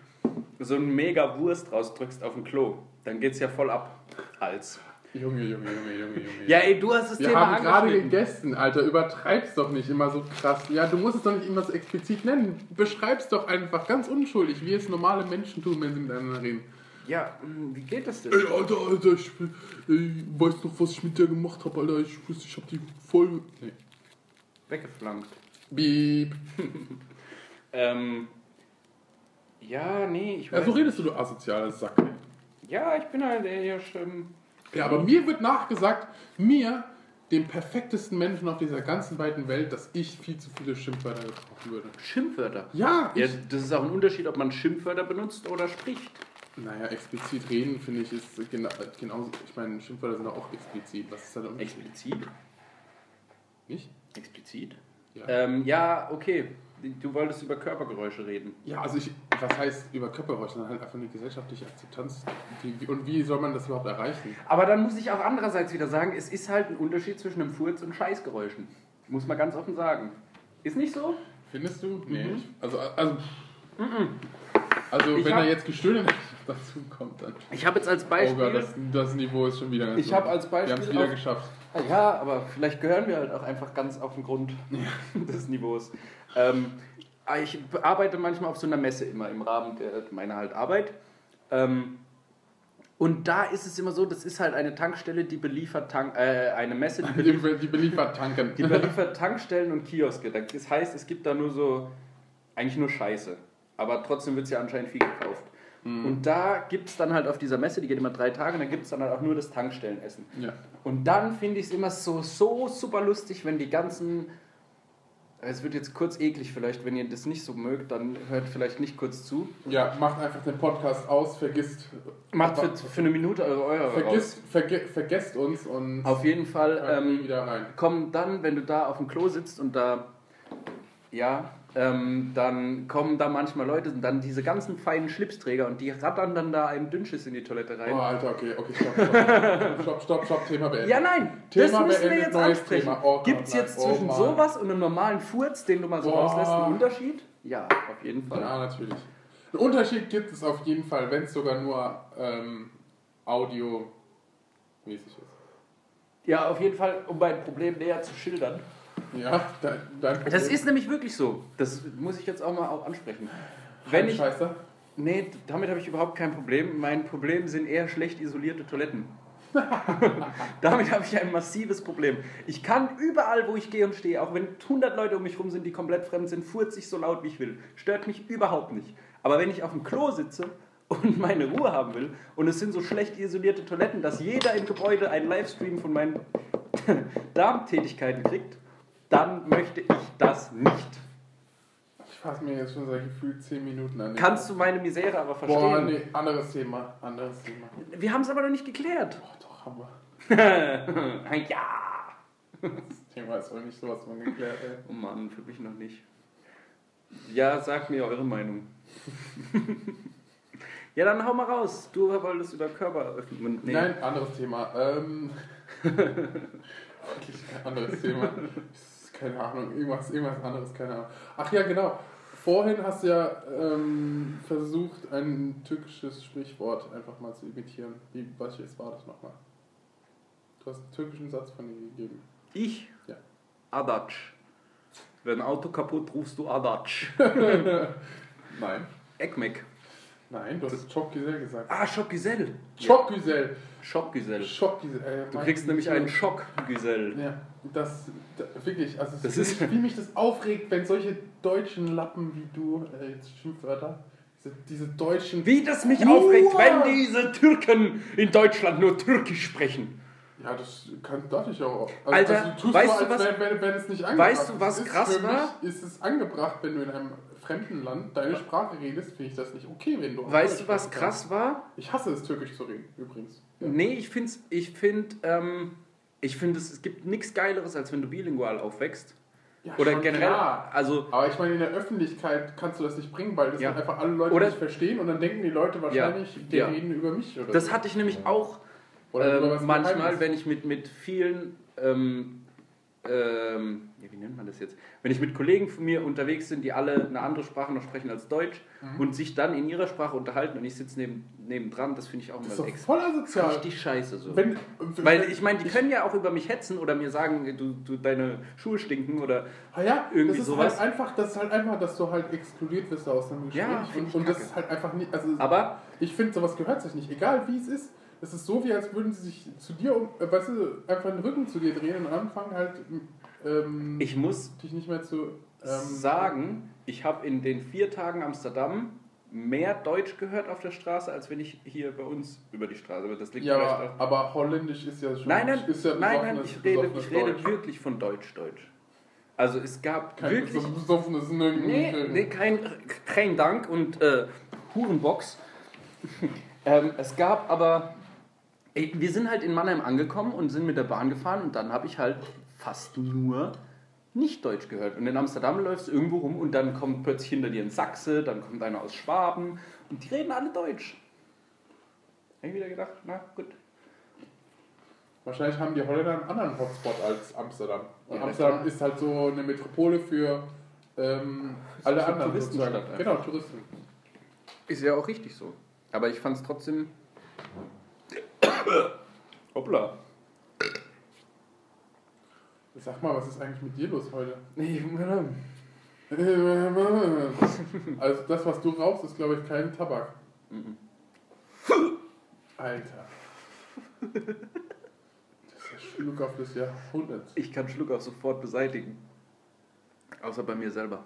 Speaker 1: so einen mega Wurst rausdrückst auf dem Klo. Dann geht's ja voll ab. Als.
Speaker 2: Junge, Junge, Junge, Junge, Junge.
Speaker 1: Ja, ey, du hast das
Speaker 2: Wir
Speaker 1: Thema
Speaker 2: haben gerade
Speaker 1: angeschnitten.
Speaker 2: gegessen, Alter. Übertreib's doch nicht immer so krass. Ja, du musst es doch nicht immer so explizit nennen. Beschreib's doch einfach ganz unschuldig, wie es normale Menschen tun, wenn sie miteinander reden.
Speaker 1: Ja, mh, wie geht das denn?
Speaker 2: Ey, Alter, Alter, ich, ich weiß noch, was ich mit der gemacht habe, Alter. Ich wusste, ich hab die voll. Nee.
Speaker 1: Weggeflankt.
Speaker 2: Beep.
Speaker 1: Ähm, ja, nee, ich
Speaker 2: Ja,
Speaker 1: weiß
Speaker 2: so redest du, du asozialer Sack.
Speaker 1: Ja, ich bin halt eher schon.
Speaker 2: Ja, aber mir wird nachgesagt, mir, dem perfektesten Menschen auf dieser ganzen weiten Welt, dass ich viel zu viele Schimpfwörter gebrauchen würde.
Speaker 1: Schimpfwörter.
Speaker 2: Ja, ich,
Speaker 1: Ja, das ist auch ein Unterschied, ob man Schimpfwörter benutzt oder spricht.
Speaker 2: Naja, explizit reden finde ich ist genau, genauso. Ich meine, Schimpfwörter sind doch auch explizit. Was ist da der Unterschied?
Speaker 1: Explizit.
Speaker 2: Nicht?
Speaker 1: Explizit?
Speaker 2: Ja.
Speaker 1: Ähm, ja, okay. Du wolltest über Körpergeräusche reden.
Speaker 2: ja, also ich, was heißt über Körpergeräusche? Dann halt einfach eine gesellschaftliche Akzeptanz. Die, wie- und wie soll man das überhaupt erreichen?
Speaker 1: Aber dann muss ich auch andererseits wieder sagen, es ist halt ein Unterschied zwischen einem Furz und Scheißgeräuschen. Muss man ganz offen sagen. Ist nicht so?
Speaker 2: Findest du? Nee. ich- Also, also, also
Speaker 1: Mhm. Ich
Speaker 2: wenn
Speaker 1: hab-
Speaker 2: da jetzt Gestöhne dazu kommt, dann.
Speaker 1: Ich habe jetzt als
Speaker 2: Oh
Speaker 1: Beispiel.
Speaker 2: Gott, das, das Niveau ist schon wieder ganz
Speaker 1: Ich
Speaker 2: hoch.
Speaker 1: hab als Beispiel
Speaker 2: Wir haben es wieder
Speaker 1: auf-
Speaker 2: geschafft.
Speaker 1: Ah Ja, aber vielleicht gehören wir halt auch einfach ganz auf den Grund des Niveaus. Ähm, ich arbeite manchmal auf so einer Messe immer im Rahmen der, meiner halt Arbeit. Ähm, und da ist es immer so, das ist halt eine Tankstelle, die beliefert Tank, äh, eine Messe, die
Speaker 2: Die, die beliefert Tanken.
Speaker 1: die beliefert Tankstellen und Kioske. Das heißt, es gibt da nur so, eigentlich nur Scheiße. Aber trotzdem wird es ja anscheinend viel gekauft. Und da gibt es dann halt auf dieser Messe, die geht immer drei Tage, und da gibt es dann halt auch nur das Tankstellenessen.
Speaker 2: Ja.
Speaker 1: Und dann finde ich es immer so, so super lustig, wenn die ganzen. Es wird jetzt kurz eklig, vielleicht, wenn ihr das nicht so mögt, dann hört vielleicht nicht kurz zu.
Speaker 2: ja, macht einfach den Podcast aus, vergisst.
Speaker 1: Macht für, für eine Minute eure Eure
Speaker 2: Vergisst, verge, vergesst uns
Speaker 1: raus.
Speaker 2: und.
Speaker 1: Äh, Auf jeden Fall
Speaker 2: Ja,
Speaker 1: ähm,
Speaker 2: wieder rein.
Speaker 1: kommen dann, wenn du da auf dem Klo sitzt und da. Ja, ähm, dann kommen da manchmal Leute und dann diese ganzen feinen Schlipsträger und die rattern dann da einem Dünnschiss in die Toilette rein.
Speaker 2: Oh, Alter, okay, okay, stopp, stopp, stopp, stopp, stopp, Thema beenden.
Speaker 1: Ja, nein, das
Speaker 2: Thema
Speaker 1: müssen wir
Speaker 2: beendet,
Speaker 1: jetzt
Speaker 2: neues
Speaker 1: ansprechen.
Speaker 2: Thema. Oh,
Speaker 1: Gibt es
Speaker 2: nein,
Speaker 1: jetzt
Speaker 2: oh,
Speaker 1: zwischen
Speaker 2: Mann.
Speaker 1: sowas und einem normalen Furz, den du mal so
Speaker 2: Boah.
Speaker 1: rauslässt, einen Unterschied? Ja, auf jeden Fall.
Speaker 2: Ja, natürlich. Einen Unterschied gibt es auf jeden Fall, wenn es sogar nur ähm, audiomäßig ist.
Speaker 1: Ja, auf jeden Fall, um mein Problem näher zu schildern.
Speaker 2: Ja, dein, dein Problem.
Speaker 1: Das ist nämlich wirklich so. Das muss ich jetzt auch mal auch ansprechen.
Speaker 2: Kein
Speaker 1: Wenn ich,
Speaker 2: Scheiße.
Speaker 1: nee, damit habe ich überhaupt kein Problem. Mein Problem sind eher schlecht isolierte Toiletten. damit habe ich ein massives Problem. Ich kann überall, wo ich gehe und stehe, auch wenn 100 Leute um mich rum sind, die komplett fremd sind, furze ich so laut, wie ich will. Stört mich überhaupt nicht. Aber wenn ich auf dem Klo sitze und meine Ruhe haben will. Und es sind so schlecht isolierte Toiletten, dass jeder im Gebäude einen Livestream von meinen Darmtätigkeiten kriegt, dann möchte ich das nicht.
Speaker 2: Ich fasse mir jetzt schon seit gefühlt 10 Minuten an.
Speaker 1: Kannst du meine Misere aber verstehen?
Speaker 2: Boah, nee, anderes Thema. Anderes Thema.
Speaker 1: Wir haben es aber noch nicht geklärt.
Speaker 2: Boah, doch, haben wir.
Speaker 1: ja.
Speaker 2: Das Thema ist wohl nicht so, was man geklärt hat.
Speaker 1: Oh Mann, für mich noch nicht. Ja, sag mir eure Meinung. ja, dann hau mal raus. Du wolltest über Körper öffnen. Nee.
Speaker 2: Nein, anderes Thema. Ähm, wirklich ein anderes Thema. Keine Ahnung, irgendwas, irgendwas anderes, keine Ahnung. Ach ja, genau. Vorhin hast du ja ähm, versucht, ein türkisches Sprichwort einfach mal zu imitieren. Wie, welches war das nochmal? Du hast einen türkischen Satz von dir gegeben.
Speaker 1: Ich?
Speaker 2: Ja.
Speaker 1: Adatsch. Wenn Auto kaputt, rufst du Adatsch.
Speaker 2: Nein.
Speaker 1: Ekmek.
Speaker 2: Nein, du hast Chokgüzel gesagt.
Speaker 1: Ah, Schockgesell.
Speaker 2: Chokgüzel!
Speaker 1: Schockgesell.
Speaker 2: Chokgüzel.
Speaker 1: Du kriegst nämlich einen Schockgesell.
Speaker 2: Ja, das, da, wirklich, also
Speaker 1: Das
Speaker 2: das
Speaker 1: ist-
Speaker 2: ist wie mich das aufregt, wenn solche deutschen Lappen wie du, äh, jetzt Schimpfwörter, diese, diese deutschen...
Speaker 1: Wie das mich
Speaker 2: Uah.
Speaker 1: aufregt, wenn diese Türken in Deutschland nur Türkisch sprechen.
Speaker 2: Ja, das kann, darf ich auch. Also,
Speaker 1: Alter,
Speaker 2: also, tust
Speaker 1: weißt
Speaker 2: so,
Speaker 1: du,
Speaker 2: als
Speaker 1: was-
Speaker 2: wär- wär- wenn es nicht angebracht
Speaker 1: weißt du, was
Speaker 2: ist.
Speaker 1: krass
Speaker 2: für
Speaker 1: war?
Speaker 2: Mich ist es angebracht, wenn du in einem fremden Land deine Sprache redest, finde ich das nicht okay, wenn du...
Speaker 1: Weißt du,
Speaker 2: Deutsch
Speaker 1: was
Speaker 2: sprechen
Speaker 1: krass war?
Speaker 2: kannst. Ich hasse es, Türkisch zu reden, übrigens. Ja.
Speaker 1: Nee, ich finde, ich find, ähm, ich find es, es gibt nichts Geileres, als wenn du bilingual aufwächst.
Speaker 2: Ja,
Speaker 1: Oder
Speaker 2: schon
Speaker 1: generell,
Speaker 2: klar.
Speaker 1: also
Speaker 2: Aber ich meine, in der Öffentlichkeit kannst du das nicht bringen, weil das
Speaker 1: Ja.
Speaker 2: dann einfach alle Leute
Speaker 1: Oder-
Speaker 2: nicht verstehen und dann denken die Leute wahrscheinlich, die
Speaker 1: Ja.
Speaker 2: reden über mich oder
Speaker 1: das
Speaker 2: so.
Speaker 1: hatte ich nämlich auch
Speaker 2: Oder über
Speaker 1: ähm,
Speaker 2: was
Speaker 1: manchmal,
Speaker 2: Geheimes.
Speaker 1: wenn ich mit, mit vielen, ähm, ähm, ja, wie nennt man das jetzt? Wenn ich mit Kollegen von mir unterwegs bin, die alle eine andere Sprache noch sprechen als Deutsch
Speaker 2: Mhm.
Speaker 1: und sich dann in ihrer Sprache unterhalten und ich sitze neben, nebendran, das finde ich auch
Speaker 2: Das
Speaker 1: immer
Speaker 2: ist doch
Speaker 1: extra.
Speaker 2: voll asozial.
Speaker 1: Richtig scheiße so.
Speaker 2: Wenn,
Speaker 1: Weil ich meine, die können ja auch über mich hetzen oder mir sagen, du, du deine Schuhe stinken oder
Speaker 2: Ah ja,
Speaker 1: irgendwie
Speaker 2: das ist
Speaker 1: sowas.
Speaker 2: Halt einfach, das ist halt einfach, dass du halt exkludiert wirst aus einem Gespräch.
Speaker 1: Ja, find ich
Speaker 2: und, und das
Speaker 1: kacke.
Speaker 2: ist halt einfach nicht. Also
Speaker 1: aber
Speaker 2: ich finde, sowas gehört sich nicht. Egal wie es ist. Es ist so, wie als würden sie sich zu dir, um, äh, weißt du, einfach den Rücken zu dir drehen und anfangen halt ähm,
Speaker 1: ich muss
Speaker 2: dich nicht mehr zu. Ähm,
Speaker 1: sagen, ich habe in den vier Tagen Amsterdam mehr Deutsch gehört auf der Straße, als wenn ich hier bei uns über die Straße. Aber das liegt
Speaker 2: Ja,
Speaker 1: vielleicht
Speaker 2: aber,
Speaker 1: auch.
Speaker 2: aber holländisch ist ja schon.
Speaker 1: Nein, nein,
Speaker 2: ist ja
Speaker 1: nein, nein,
Speaker 2: besoffenes-
Speaker 1: ich rede,
Speaker 2: besoffenes
Speaker 1: ich rede
Speaker 2: Deutsch.
Speaker 1: wirklich von Deutsch, Deutsch. Also es gab
Speaker 2: Kein
Speaker 1: wirklich.
Speaker 2: besoffenes Nirgendwo.
Speaker 1: Nee, nee kein, kein Dank und äh, Hurenbox. ähm, es gab aber. Ey, Wir sind halt in Mannheim angekommen und sind mit der Bahn gefahren und dann habe ich halt fast nur nicht Deutsch gehört. Und in Amsterdam läufst du irgendwo rum und dann kommt plötzlich hinter dir ein Sachse, dann kommt einer aus Schwaben und die reden alle Deutsch. Habe ich wieder gedacht, na gut.
Speaker 2: Wahrscheinlich haben die Holländer einen anderen Hotspot als Amsterdam. Und
Speaker 1: Ja,
Speaker 2: Amsterdam
Speaker 1: klar.
Speaker 2: ist halt so eine Metropole für ähm,
Speaker 1: ist
Speaker 2: alle
Speaker 1: eine
Speaker 2: anderen.
Speaker 1: Touristenstadt
Speaker 2: sozusagen.
Speaker 1: einfach.
Speaker 2: Genau, Touristen.
Speaker 1: Ist ja auch richtig so. Aber ich fand es trotzdem. Hoppla.
Speaker 2: Sag mal, was ist eigentlich mit dir los heute?
Speaker 1: Ich,
Speaker 2: Also das, was du rauchst, ist glaube ich kein Tabak.
Speaker 1: Mhm.
Speaker 2: Alter. Das ist der Schluck auf des Jahrhunderts.
Speaker 1: Ich kann Schluck auch sofort beseitigen. Außer bei mir selber.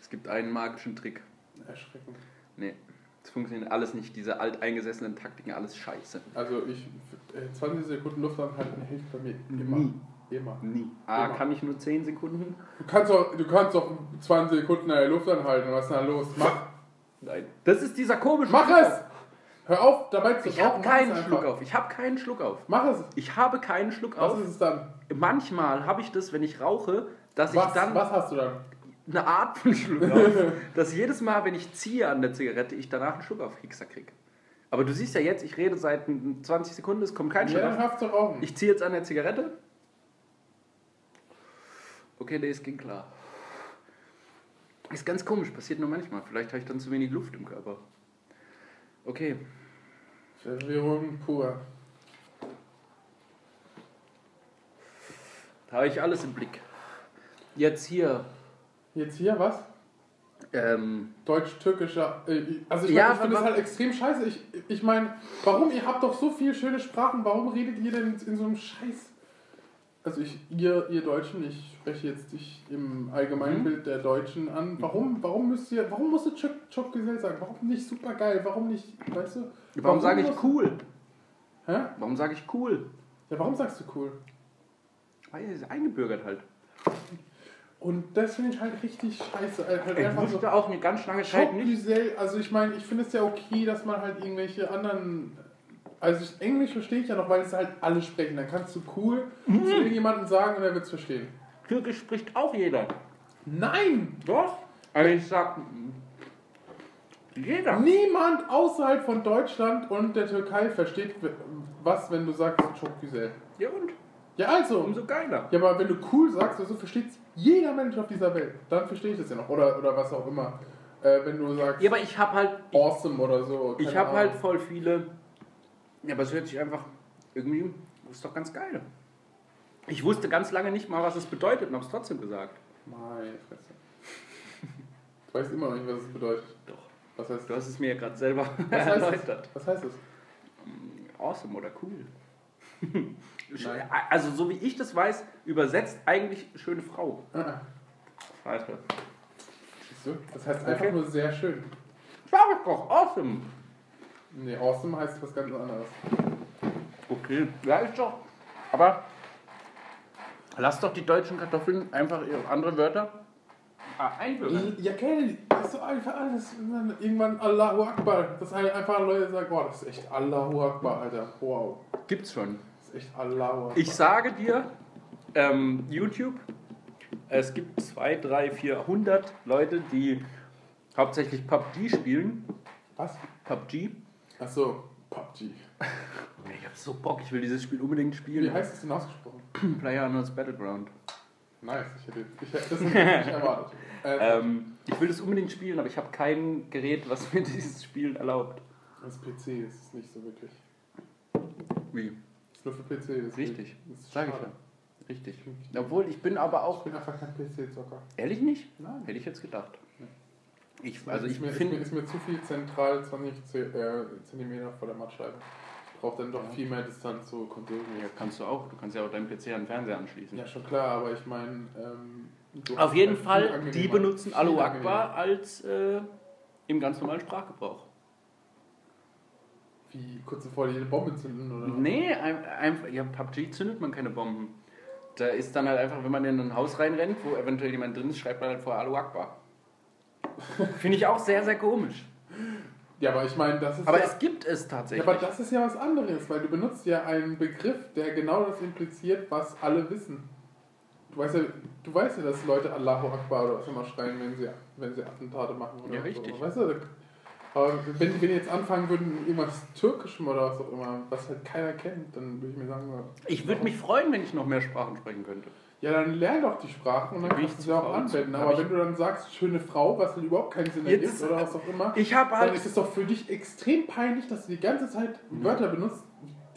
Speaker 1: Es gibt einen magischen Trick.
Speaker 2: Erschreckend.
Speaker 1: Nee, es funktioniert alles nicht. Diese alteingesessenen Taktiken, alles scheiße.
Speaker 2: Also ich, äh, 20 Sekunden Luft anhalten hilft bei mir immer.
Speaker 1: Nie.
Speaker 2: Immer.
Speaker 1: Nie. Ah,
Speaker 2: Immer.
Speaker 1: kann ich nur 10 Sekunden?
Speaker 2: Du kannst doch, du kannst doch 20 Sekunden in der Luft anhalten. Was ist denn da los? Mach,
Speaker 1: Nein. Das ist dieser komische.
Speaker 2: mach es! Hör auf, dabei zu
Speaker 1: Ich habe
Speaker 2: mach es
Speaker 1: keinen
Speaker 2: einfach.
Speaker 1: Schluck auf. Ich habe keinen Schluck auf.
Speaker 2: Mach es!
Speaker 1: Ich habe keinen Schluck
Speaker 2: Was
Speaker 1: auf.
Speaker 2: ist es dann?
Speaker 1: Manchmal habe ich das, wenn ich rauche, dass ich
Speaker 2: Was,
Speaker 1: dann
Speaker 2: was hast du dann?
Speaker 1: eine Art von Schluck auf. dass jedes Mal, wenn ich ziehe an der Zigarette, ich danach einen Schluck auf Hickser kriege. Aber du siehst ja jetzt, ich rede seit 20 Sekunden, es kommt kein
Speaker 2: Ja,
Speaker 1: Schluck auf.
Speaker 2: dann hör auf zu rauchen.
Speaker 1: Ich ziehe jetzt an der Zigarette. Okay, nee, es ging klar. Ist ganz komisch, passiert nur manchmal. Vielleicht habe ich dann zu wenig Luft im Körper. Okay,
Speaker 2: Verwirrung pur.
Speaker 1: da habe ich alles im Blick. Jetzt hier.
Speaker 2: Jetzt hier was?
Speaker 1: Ähm,
Speaker 2: Deutsch-türkischer. Äh, also ich,
Speaker 1: Ja,
Speaker 2: mein, ich finde
Speaker 1: aber-
Speaker 2: das halt extrem scheiße. Ich, ich meine, warum? Ihr habt doch so viele schöne Sprachen. Warum redet ihr denn in so einem Scheiß? Also ich, ihr, ihr Deutschen, ich spreche jetzt dich im Allgemeinbild mhm. der Deutschen an.
Speaker 1: Mhm.
Speaker 2: Warum, warum müsst ihr, warum musst du Chuck, Chuck Gesell sagen? Warum nicht super geil? Warum nicht, weißt du? Warum,
Speaker 1: warum sage ich
Speaker 2: musst-
Speaker 1: cool?
Speaker 2: Hä?
Speaker 1: Warum sage ich cool?
Speaker 2: Ja, warum sagst du cool?
Speaker 1: Weil er ist eingebürgert halt.
Speaker 2: Und das finde ich halt richtig scheiße. Halt halt
Speaker 1: Ich
Speaker 2: einfach so.
Speaker 1: wusste auch eine ganz lange Zeit
Speaker 2: Schock
Speaker 1: Halt nicht.
Speaker 2: Giselle, also ich meine, ich finde es ja okay, dass man halt irgendwelche anderen. Also ich, Englisch verstehe ich ja noch, weil es halt alle sprechen. Dann kannst du cool
Speaker 1: Mhm.
Speaker 2: zu irgendjemandem sagen und er wird es verstehen.
Speaker 1: Türkisch spricht auch jeder.
Speaker 2: Nein!
Speaker 1: Doch? Also ich sag. Jeder.
Speaker 2: Niemand außerhalb von Deutschland und der Türkei versteht w- was, wenn du sagst Chokgüsel.
Speaker 1: Ja und?
Speaker 2: Ja, also.
Speaker 1: Umso geiler.
Speaker 2: Ja, aber wenn du cool sagst, also versteht jeder Mensch auf dieser Welt. Dann verstehe ich das ja noch. Oder, oder was auch immer. Äh, wenn du sagst
Speaker 1: Ja, aber ich hab halt.
Speaker 2: awesome oder so.
Speaker 1: Ich
Speaker 2: keine
Speaker 1: hab
Speaker 2: Ahnung.
Speaker 1: halt voll viele. Ja, aber es hört sich einfach. Irgendwie. Das ist doch ganz geil. Ich wusste ganz lange nicht mal, was es bedeutet und hab's trotzdem gesagt.
Speaker 2: Meine Fresse. Du weißt immer noch nicht, was es bedeutet.
Speaker 1: Doch.
Speaker 2: Was heißt
Speaker 1: Du hast es mir ja gerade selber
Speaker 2: Was heißt
Speaker 1: erläutert.
Speaker 2: es? Was heißt es?
Speaker 1: Awesome oder cool.
Speaker 2: Nein.
Speaker 1: Also, so wie ich das weiß, übersetzt eigentlich schöne Frau.
Speaker 2: Ah,
Speaker 1: Scheiße.
Speaker 2: siehst du? Das heißt einfach
Speaker 1: Okay.
Speaker 2: nur sehr schön.
Speaker 1: Sag ich doch, awesome.
Speaker 2: Nee, awesome heißt was ganz anderes.
Speaker 1: Okay, ja, ist doch. Aber lass doch die deutschen Kartoffeln einfach ihre andere Wörter ah, einbürgern.
Speaker 2: Ja, Kelly, das ist so einfach alles. Und dann Irgendwann Allahu Akbar. Das heißt einfach Leute sagen, boah, das ist echt Allahu Akbar, Alter. Wow.
Speaker 1: Gibt's schon.
Speaker 2: Das ist echt Allahu Akbar.
Speaker 1: Ich sage dir, ähm, YouTube, es gibt 2, 3, 400 Leute, die hauptsächlich PUBG spielen.
Speaker 2: Was?
Speaker 1: PUBG.
Speaker 2: Achso, PUBG.
Speaker 1: Ich hab so Bock, ich will dieses Spiel unbedingt
Speaker 2: Wie
Speaker 1: spielen.
Speaker 2: heißt es denn ausgesprochen?
Speaker 1: Player Battleground.
Speaker 2: Nice, ich hätte, ich hätte das hätte ich nicht erwartet. Äh,
Speaker 1: Ähm, ich will das unbedingt spielen, aber ich habe kein Gerät, was mir dieses Spielen erlaubt.
Speaker 2: Das PC ist es nicht so wirklich.
Speaker 1: Wie?
Speaker 2: Das ist nur für PC. Das
Speaker 1: Richtig.
Speaker 2: Das ist
Speaker 1: Sag ich
Speaker 2: schade.
Speaker 1: ja. Richtig. Obwohl, ich bin aber
Speaker 2: Ich
Speaker 1: auch.
Speaker 2: bin einfach kein PC-Zocker.
Speaker 1: Ehrlich nicht?
Speaker 2: Nein.
Speaker 1: Hätte ich jetzt gedacht. Ich,
Speaker 2: Also
Speaker 1: also ich
Speaker 2: ist, mir, ist, mir,
Speaker 1: finde.
Speaker 2: ist mir zu viel zentral 20 C- äh, Zentimeter vor der Mattscheibe. Ich brauche dann doch viel mehr Distanz zu Konsolen.
Speaker 1: Ja, kannst du auch. Du kannst ja auch deinen PC an den Fernseher anschließen.
Speaker 2: Ja, schon klar, aber ich meine. Ähm, so
Speaker 1: Auf jeden
Speaker 2: viel
Speaker 1: Fall,
Speaker 2: angenehmer.
Speaker 1: die benutzen
Speaker 2: Viel
Speaker 1: Alu
Speaker 2: angenehmer.
Speaker 1: Akbar als äh, im ganz normalen Sprachgebrauch.
Speaker 2: Wie kurz bevor die eine Bombe zünden oder?
Speaker 1: Nee, ein- einfach. Ja, PUBG zündet man keine Bomben. Da ist dann halt einfach, wenn man in ein Haus reinrennt, wo eventuell jemand drin ist, schreibt man halt vorher Alu Akbar. Finde ich auch sehr, sehr komisch.
Speaker 2: Ja, aber ich meine, das ist.
Speaker 1: Aber
Speaker 2: ja,
Speaker 1: es gibt es
Speaker 2: ja,
Speaker 1: tatsächlich.
Speaker 2: aber das ist ja was anderes, weil du benutzt ja einen Begriff, der genau das impliziert, was alle wissen. Du weißt ja, du weißt ja dass Leute Allahu Akbar oder was immer schreien, wenn sie, wenn sie Attentate machen oder
Speaker 1: Ja,
Speaker 2: so.
Speaker 1: richtig.
Speaker 2: Weißt du, da- aber wenn, wenn die jetzt anfangen würden, irgendwas Türkischem oder was auch immer, was halt keiner kennt, dann würde ich mir sagen, so,
Speaker 1: ich würde mich freuen, wenn ich noch mehr Sprachen sprechen könnte.
Speaker 2: ja, dann lern doch die Sprachen und dann
Speaker 1: Da bin
Speaker 2: kannst du
Speaker 1: ich
Speaker 2: sie auch
Speaker 1: zu faul zu.
Speaker 2: anwenden.
Speaker 1: Aber
Speaker 2: Aber
Speaker 1: ich-
Speaker 2: wenn du dann sagst, schöne Frau, was halt überhaupt keinen Sinn
Speaker 1: Jetzt
Speaker 2: ergibt
Speaker 1: ist-
Speaker 2: oder was auch immer,
Speaker 1: Ich habe
Speaker 2: dann
Speaker 1: halt.
Speaker 2: ist es doch für dich extrem peinlich, dass du die ganze Zeit Wörter benutzt,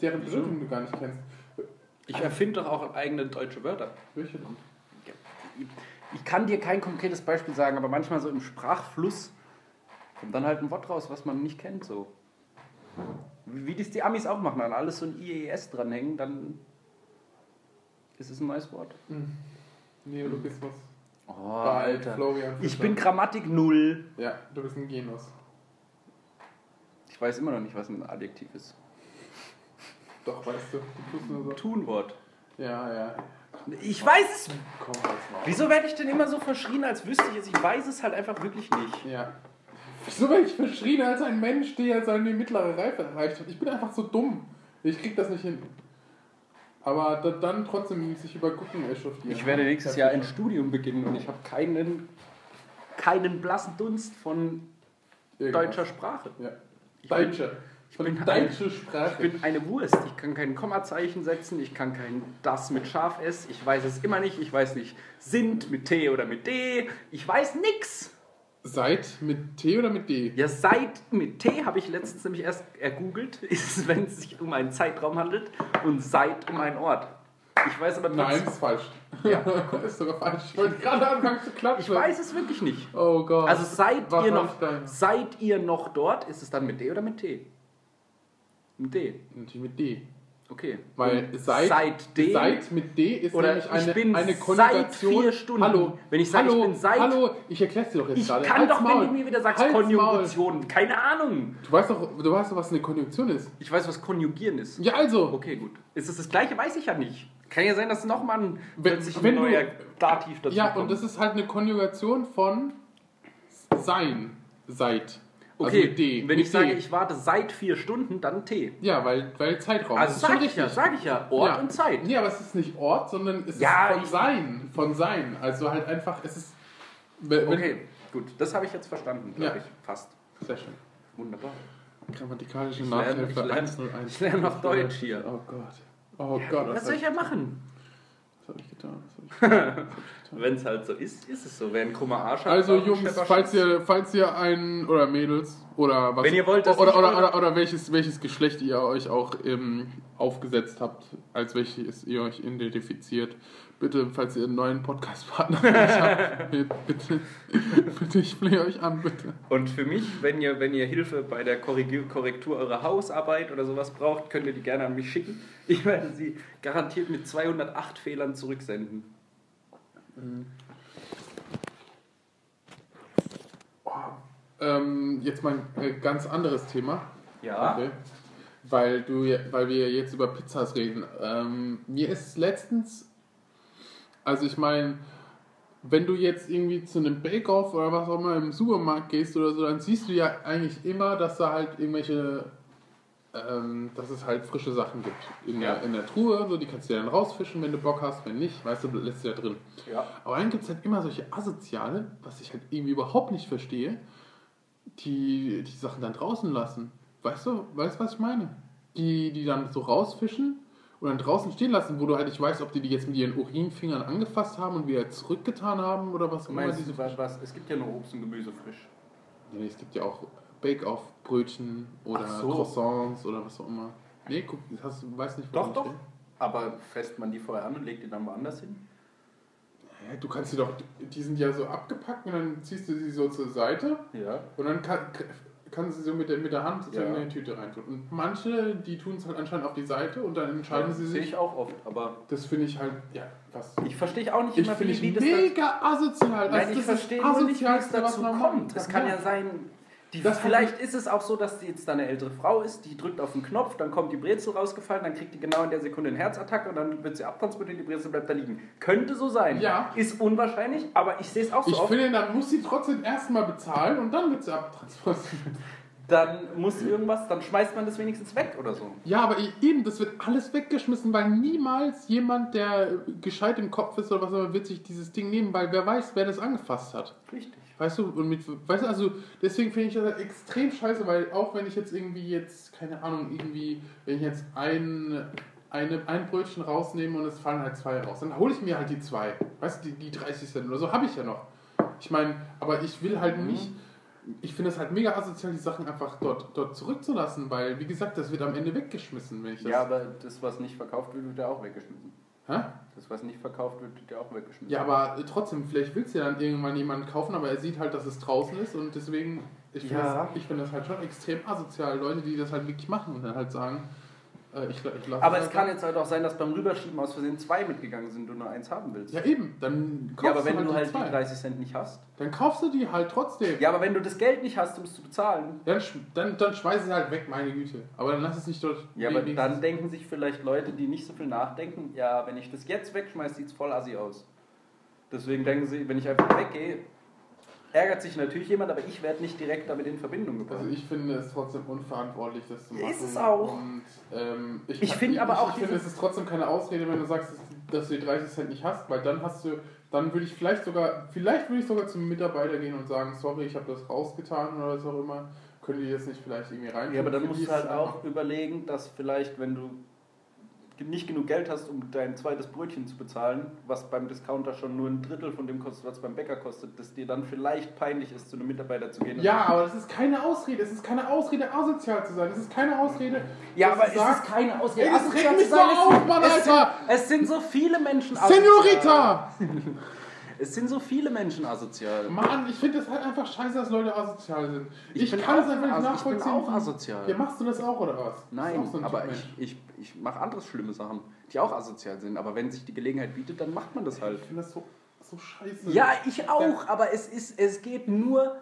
Speaker 2: deren
Speaker 1: Mhm. Wieso?
Speaker 2: Bedeutung du gar nicht kennst.
Speaker 1: Ich erfinde doch auch eigene deutsche Wörter.
Speaker 2: Welche denn?
Speaker 1: Ich kann dir kein konkretes Beispiel sagen, aber manchmal so im Sprachfluss kommt dann halt ein Wort raus, was man nicht kennt. so. Wie das die Amis auch machen, an alles so ein IES dranhängen, dann ist es ein neues Wort.
Speaker 2: hm, Neologismus.
Speaker 1: Oh,
Speaker 2: Bei Florian
Speaker 1: Ich
Speaker 2: Fischer.
Speaker 1: bin Grammatik null.
Speaker 2: Ja, du bist ein Genus.
Speaker 1: Ich weiß immer noch nicht, was ein Adjektiv ist.
Speaker 2: Doch, weißt du. Du tust nur so.
Speaker 1: Tunwort.
Speaker 2: Ja, ja.
Speaker 1: Ich weiß es
Speaker 2: Komm, halt's mal.
Speaker 1: Wieso werde ich denn immer so verschrien, als wüsste ich es? Ich weiß es halt einfach wirklich nicht.
Speaker 2: Ja. Wieso werde ich verschrien als ein Mensch, der seine mittlere Reife erreicht hat? Ich bin einfach so dumm. Ich krieg das nicht hin. Aber da, dann trotzdem sich über Gucken echauffieren.
Speaker 1: Ich werde nächstes
Speaker 2: Ja,
Speaker 1: Jahr ein Studium beginnen und ich habe keinen, keinen blassen Dunst von
Speaker 2: irgendwas.
Speaker 1: deutscher Sprache.
Speaker 2: Ja. Deutsche.
Speaker 1: Ich
Speaker 2: Von
Speaker 1: bin, ein,
Speaker 2: deutsche
Speaker 1: ich
Speaker 2: Sprache.
Speaker 1: bin eine Wurst. Ich kann kein Kommazeichen setzen, ich kann kein das mit scharf S, ich weiß es immer nicht, ich weiß nicht sind mit T oder mit D, ich weiß nix.
Speaker 2: Seid mit T oder mit D?
Speaker 1: Ja, seit mit T habe ich letztens nämlich erst ergoogelt, ist, wenn es sich um einen Zeitraum handelt und seit um einen Ort. Ich weiß aber
Speaker 2: Nein, ist falsch.
Speaker 1: Ja.
Speaker 2: ist sogar falsch. Ich wollte gerade anfangen zu klatschen.
Speaker 1: Ich weiß es wirklich nicht.
Speaker 2: Oh Gott.
Speaker 1: Also seid
Speaker 2: Was
Speaker 1: ihr,
Speaker 2: hab
Speaker 1: noch,
Speaker 2: ich denn?
Speaker 1: seid ihr noch dort, ist es dann mit D oder mit T? Mit D.
Speaker 2: Natürlich mit D.
Speaker 1: Okay. Hm.
Speaker 2: Weil
Speaker 1: Und
Speaker 2: seit,
Speaker 1: seitdem-
Speaker 2: seit mit D ist
Speaker 1: Oder
Speaker 2: nämlich
Speaker 1: ich
Speaker 2: eine,
Speaker 1: bin
Speaker 2: eine
Speaker 1: seit
Speaker 2: Konjugation.
Speaker 1: vier Stunden.
Speaker 2: Hallo,
Speaker 1: Wenn ich sage, ich
Speaker 2: hallo,
Speaker 1: bin seit-
Speaker 2: Hallo, ich erklär's dir doch jetzt
Speaker 1: Ich
Speaker 2: gerade.
Speaker 1: kann
Speaker 2: Halt's
Speaker 1: doch, wenn
Speaker 2: Maul.
Speaker 1: du mir wieder sagst,
Speaker 2: Halt's
Speaker 1: Konjugation. Keine Ahnung.
Speaker 2: Maul. Du weißt doch, du weißt doch, was eine Konjunktion ist.
Speaker 1: Ich weiß, was Konjugieren ist.
Speaker 2: Ja, also.
Speaker 1: Okay, gut. Ist es das gleiche? Weiß ich ja nicht. Kann ja sein, dass nochmal ein,
Speaker 2: Wenn-
Speaker 1: plötzlich ein
Speaker 2: wenn du-
Speaker 1: neuer Dativ dazu
Speaker 2: Ja,
Speaker 1: kommt.
Speaker 2: und das ist halt eine Konjugation von sein, seit. Also
Speaker 1: Okay,
Speaker 2: mit D,
Speaker 1: wenn
Speaker 2: mit
Speaker 1: ich sage,
Speaker 2: D.
Speaker 1: ich warte seit vier Stunden, dann T.
Speaker 2: Ja, weil, weil Zeitraum.
Speaker 1: Also
Speaker 2: ist schon
Speaker 1: sag ich ja, sag ich ja. Ort
Speaker 2: Ja.
Speaker 1: und Zeit.
Speaker 2: Nee, aber es ist nicht Ort, sondern es
Speaker 1: Ja,
Speaker 2: ist von
Speaker 1: ich-
Speaker 2: sein. Von sein. Also halt einfach, es ist. wenn- wenn-
Speaker 1: Okay, gut. Das habe ich jetzt verstanden, glaube
Speaker 2: Ja.
Speaker 1: ich. Fast.
Speaker 2: Sehr schön.
Speaker 1: Wunderbar.
Speaker 2: Grammatikalische
Speaker 1: Ich lerne-
Speaker 2: Nachhilfe
Speaker 1: ich lerne-
Speaker 2: 101.
Speaker 1: ich lerne noch Deutsch hier.
Speaker 2: Oh Gott. Oh Gott,
Speaker 1: Was
Speaker 2: was,
Speaker 1: soll
Speaker 2: hab
Speaker 1: ich
Speaker 2: ich,
Speaker 1: ja machen?
Speaker 2: was hab ich getan? Was hab ich
Speaker 1: Wenn es halt so ist, ist es so. Wer ein krummer Arsch hat,
Speaker 2: also
Speaker 1: braucht einen
Speaker 2: Jungs,
Speaker 1: Schepper-
Speaker 2: falls ihr, falls ihr einen oder Mädels oder was
Speaker 1: Wenn ihr wollt, dass
Speaker 2: oder,
Speaker 1: ich
Speaker 2: oder,
Speaker 1: eure-
Speaker 2: oder, oder welches welches Geschlecht ihr euch auch ähm, aufgesetzt habt, als welches ihr euch identifiziert, bitte, falls ihr einen neuen Podcastpartner habt, bitte, bitte, bitte, ich flehe euch an, bitte.
Speaker 1: Und für mich, wenn ihr, wenn ihr Hilfe bei der Korrigi- Korrektur eurer Hausarbeit oder sowas braucht, könnt ihr die gerne an mich schicken. Ich werde sie garantiert mit 208 Fehlern zurücksenden.
Speaker 2: Ähm, jetzt mal ein äh, ganz anderes Thema.
Speaker 1: Ja.
Speaker 2: Okay. Weil, du, ja- weil wir jetzt über Pizzas reden. Ähm, mir ist letztens, also ich meine, wenn du jetzt irgendwie zu einem Bake-Off oder was auch immer im Supermarkt gehst oder so, dann siehst du ja eigentlich immer, dass da halt irgendwelche, ähm, dass es halt frische Sachen gibt. In,
Speaker 1: Ja.
Speaker 2: der, in der Truhe, so, die kannst du ja dann rausfischen, wenn du Bock hast, wenn nicht, weißt du, lässt du ja drin.
Speaker 1: Ja.
Speaker 2: Aber dann gibt es halt immer solche Asoziale, was ich halt irgendwie überhaupt nicht verstehe, die die Sachen dann draußen lassen. Weißt du, weißt du, was ich meine? Die, die dann so rausfischen und dann draußen stehen lassen, wo du halt nicht weißt, ob die die jetzt mit ihren Urinfingern angefasst haben und wieder zurückgetan haben oder was
Speaker 1: Du
Speaker 2: auch immer.
Speaker 1: meinst,
Speaker 2: Diese
Speaker 1: was, was, es gibt ja nur Obst und Gemüse frisch.
Speaker 2: nee, es gibt ja auch Bake-Off-Brötchen oder
Speaker 1: Ach so.
Speaker 2: Croissants oder was auch immer. Nee, guck, das hast, du weißt nicht,
Speaker 1: Doch,
Speaker 2: ich
Speaker 1: doch.
Speaker 2: rede.
Speaker 1: Aber fässt man die vorher an und legt die dann woanders hin?
Speaker 2: Hä, Du kannst sie doch, die sind ja so abgepackt und dann ziehst du sie so zur Seite
Speaker 1: Ja.
Speaker 2: Und dann kann, kann sie so mit der, mit der Hand so
Speaker 1: Ja.
Speaker 2: in eine Tüte reintun. Und manche, die tun es halt anscheinend auf die Seite und dann entscheiden sie
Speaker 1: Sehe
Speaker 2: sich.
Speaker 1: ich auch oft, aber
Speaker 2: Das finde ich halt, ja, was.
Speaker 1: ich verstehe auch nicht
Speaker 2: Ich finde ich mega asozial. Also
Speaker 1: Nein, ich verstehe nur nicht, wie es
Speaker 2: Asozialste,
Speaker 1: dazu
Speaker 2: man machen
Speaker 1: kommt. Es
Speaker 2: kann.
Speaker 1: kann ja sein, die,
Speaker 2: Das hat-
Speaker 1: vielleicht ist es auch so, dass die jetzt da eine ältere Frau ist, die drückt auf den Knopf, dann kommt die Brezel rausgefallen, dann kriegt die genau in der Sekunde einen Herzattacke und dann wird sie abtransportiert, die Brezel bleibt da liegen. Könnte so sein.
Speaker 2: Ja.
Speaker 1: Ist unwahrscheinlich, aber ich sehe es auch so
Speaker 2: Ich
Speaker 1: oft.
Speaker 2: finde, dann muss sie trotzdem erstmal bezahlen und dann wird sie abtransportiert.
Speaker 1: Dann muss irgendwas, dann schmeißt man das wenigstens weg oder so.
Speaker 2: Ja, aber eben, das wird alles weggeschmissen, weil niemals jemand, der gescheit im Kopf ist oder was auch immer, wird sich dieses Ding nehmen, weil wer weiß, wer das angefasst hat.
Speaker 1: Richtig.
Speaker 2: Weißt du, und mit, weißt du, also deswegen finde ich das halt extrem scheiße, weil auch wenn ich jetzt irgendwie jetzt, keine Ahnung, irgendwie, wenn ich jetzt ein, eine, ein Brötchen rausnehme und es fallen halt zwei raus, dann hole ich mir halt die zwei. Weißt du, die, die 30 Cent oder so habe ich ja noch. Ich meine, aber ich will halt
Speaker 1: Mhm.
Speaker 2: nicht, ich finde es halt mega asozial, die Sachen einfach dort, dort zurückzulassen, weil, wie gesagt, das wird am Ende weggeschmissen, wenn ich das.
Speaker 1: Ja, aber das, was nicht verkauft wird, wird ja auch weggeschmissen.
Speaker 2: Hä?
Speaker 1: Das, was nicht verkauft wird, wird ja auch weggeschmissen.
Speaker 2: ja aber trotzdem, vielleicht will es ja dann irgendwann jemand kaufen, aber er sieht halt, dass es draußen ist und deswegen, ich finde
Speaker 1: Ja.
Speaker 2: das, ich find das halt schon extrem asozial. Leute, die das halt wirklich machen und dann halt sagen, äh, ich, ich lasse
Speaker 1: Aber es kann jetzt halt auch sein, dass beim Rüberschieben aus Versehen zwei mitgegangen sind und du nur eins haben willst.
Speaker 2: Ja, eben, dann kaufst
Speaker 1: Ja, aber wenn
Speaker 2: du
Speaker 1: du
Speaker 2: halt
Speaker 1: halt
Speaker 2: die
Speaker 1: die
Speaker 2: zwei.
Speaker 1: 30 Cent nicht hast.
Speaker 2: Dann kaufst du die halt trotzdem.
Speaker 1: Ja, aber wenn du das Geld nicht hast, um es zu bezahlen.
Speaker 2: Dann, sch- dann, dann schmeiß es halt weg, meine Güte. Aber dann lass es nicht dort.
Speaker 1: Ja, aber
Speaker 2: wenigstens-
Speaker 1: dann denken sich vielleicht Leute, die nicht so viel nachdenken, ja, wenn ich das jetzt wegschmeiße, sieht es voll assi aus. Deswegen denken sie, wenn ich einfach weggehe, ärgert sich natürlich jemand, aber ich werde nicht direkt damit in Verbindung gebracht.
Speaker 2: Also ich finde es trotzdem unverantwortlich, das zu
Speaker 1: Ist
Speaker 2: machen.
Speaker 1: es auch.
Speaker 2: Und, ähm, ich
Speaker 1: Ich
Speaker 2: kann-
Speaker 1: finde aber auch
Speaker 2: Ich finde,
Speaker 1: dieses-
Speaker 2: es ist trotzdem keine Ausrede, wenn du sagst, dass- dass du die 30 Cent nicht hast, weil dann hast du, dann würde ich vielleicht sogar, vielleicht würde ich sogar zum Mitarbeiter gehen und sagen, sorry, ich habe das rausgetan oder was auch immer. Könnt ihr das nicht vielleicht irgendwie rein?
Speaker 1: ja, aber dann
Speaker 2: Für die
Speaker 1: musst du
Speaker 2: ist
Speaker 1: halt
Speaker 2: es
Speaker 1: auch überlegen, dass vielleicht, wenn du nicht genug Geld hast, um dein zweites Brötchen zu bezahlen, was beim Discounter schon nur ein Drittel von dem kostet, was beim Bäcker kostet, dass dir dann vielleicht peinlich ist, zu einem Mitarbeiter zu gehen. und
Speaker 2: Ja, aber das ist keine Ausrede. Es ist keine Ausrede, asozial zu sein. Es ist keine Ausrede.
Speaker 1: Ja,
Speaker 2: dass
Speaker 1: aber
Speaker 2: du
Speaker 1: es ist
Speaker 2: sagst,
Speaker 1: keine Ausrede.
Speaker 2: Ey, das
Speaker 1: Asozial
Speaker 2: regt mich
Speaker 1: zu sein
Speaker 2: so
Speaker 1: ist-
Speaker 2: auf, Mann,
Speaker 1: es
Speaker 2: Alter!
Speaker 1: Sind, es sind so viele Menschen asozial.
Speaker 2: Senorita!
Speaker 1: Es sind so viele Menschen asozial.
Speaker 2: Mann, ich finde es halt einfach scheiße, dass Leute asozial sind.
Speaker 1: Ich
Speaker 2: Ich,
Speaker 1: bin
Speaker 2: kann es
Speaker 1: auch
Speaker 2: einfach nicht
Speaker 1: as- ich bin
Speaker 2: nachvollziehen.
Speaker 1: auch asozial.
Speaker 2: Ja, machst du das auch oder was? Bist du
Speaker 1: Nein,
Speaker 2: auch so ein Typ
Speaker 1: aber
Speaker 2: Mensch?
Speaker 1: ich, ich, ich mache andere schlimme Sachen, die auch asozial sind. Aber wenn sich die Gelegenheit bietet, dann macht man das halt.
Speaker 2: Ich finde das so, so scheiße.
Speaker 1: Ja, ich auch, aber es, ist, es geht nur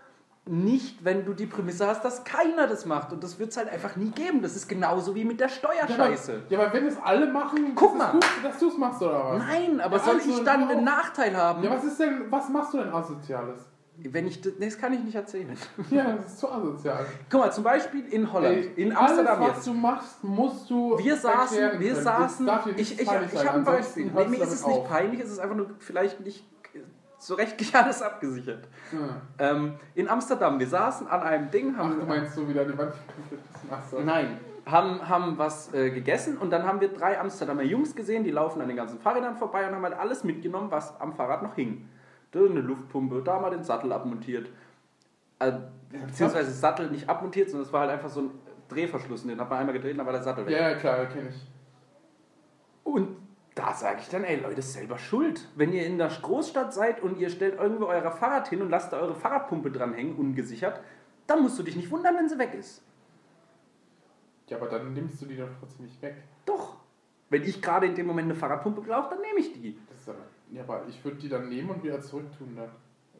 Speaker 1: nicht, wenn du die Prämisse hast, dass keiner das macht. Und das wird es halt einfach nie geben. Das ist genauso wie mit der
Speaker 2: Ja, aber-
Speaker 1: Steuerscheiße.
Speaker 2: Ja, aber wenn es alle machen,
Speaker 1: Guck
Speaker 2: ist
Speaker 1: mal.
Speaker 2: es gut, dass du es machst oder was?
Speaker 1: Nein, aber
Speaker 2: Ja,
Speaker 1: soll
Speaker 2: also,
Speaker 1: ich dann
Speaker 2: ja.
Speaker 1: einen Nachteil haben?
Speaker 2: Ja, was ist denn, was machst du denn asoziales?
Speaker 1: Wenn ich das, nee, das kann ich nicht erzählen.
Speaker 2: Ja, das ist zu asozial.
Speaker 1: Guck mal, zum Beispiel in Holland,
Speaker 2: Ey,
Speaker 1: in Amsterdam
Speaker 2: alles, was
Speaker 1: jetzt.
Speaker 2: du machst, musst du.
Speaker 1: Wir saßen,
Speaker 2: erklären
Speaker 1: wir
Speaker 2: können.
Speaker 1: saßen,
Speaker 2: Es darf dir nicht
Speaker 1: ich, ich, ich
Speaker 2: peinlich sein,
Speaker 1: habe ein
Speaker 2: ansonsten
Speaker 1: Beispiel. Nee,
Speaker 2: hörst
Speaker 1: mir
Speaker 2: du
Speaker 1: ist es
Speaker 2: damit
Speaker 1: nicht peinlich, es ist einfach nur vielleicht nicht äh, so rechtlich alles abgesichert.
Speaker 2: auf. Ja.
Speaker 1: Ähm, in Amsterdam, wir saßen an einem Ding,
Speaker 2: Ach,
Speaker 1: haben,
Speaker 2: du meinst so wieder die Wand gepissen. Ach so.
Speaker 1: Nein, haben, haben was äh, gegessen und dann haben wir drei Amsterdamer Jungs gesehen, die laufen an den ganzen Fahrrädern vorbei und haben halt alles mitgenommen, was am Fahrrad noch hing. Da eine Luftpumpe, da mal den Sattel abmontiert. Also, beziehungsweise Sattel nicht abmontiert, sondern es war halt einfach so ein Drehverschluss und den hat man einmal gedreht, dann war der Sattel weg.
Speaker 2: Ja, ja, klar, kenne ich.
Speaker 1: Und da sage ich dann, ey Leute, ist selber schuld. Wenn ihr in der Großstadt seid und ihr stellt irgendwo euer Fahrrad hin und lasst da eure Fahrradpumpe dranhängen, ungesichert, dann musst du dich nicht wundern, wenn sie weg ist.
Speaker 2: Ja, aber dann nimmst du die doch trotzdem nicht weg.
Speaker 1: Doch. Wenn ich gerade in dem Moment eine Fahrradpumpe brauche, dann nehme ich die.
Speaker 2: Das ist aber, ja, aber ich würde die dann nehmen und wieder zurücktun dann.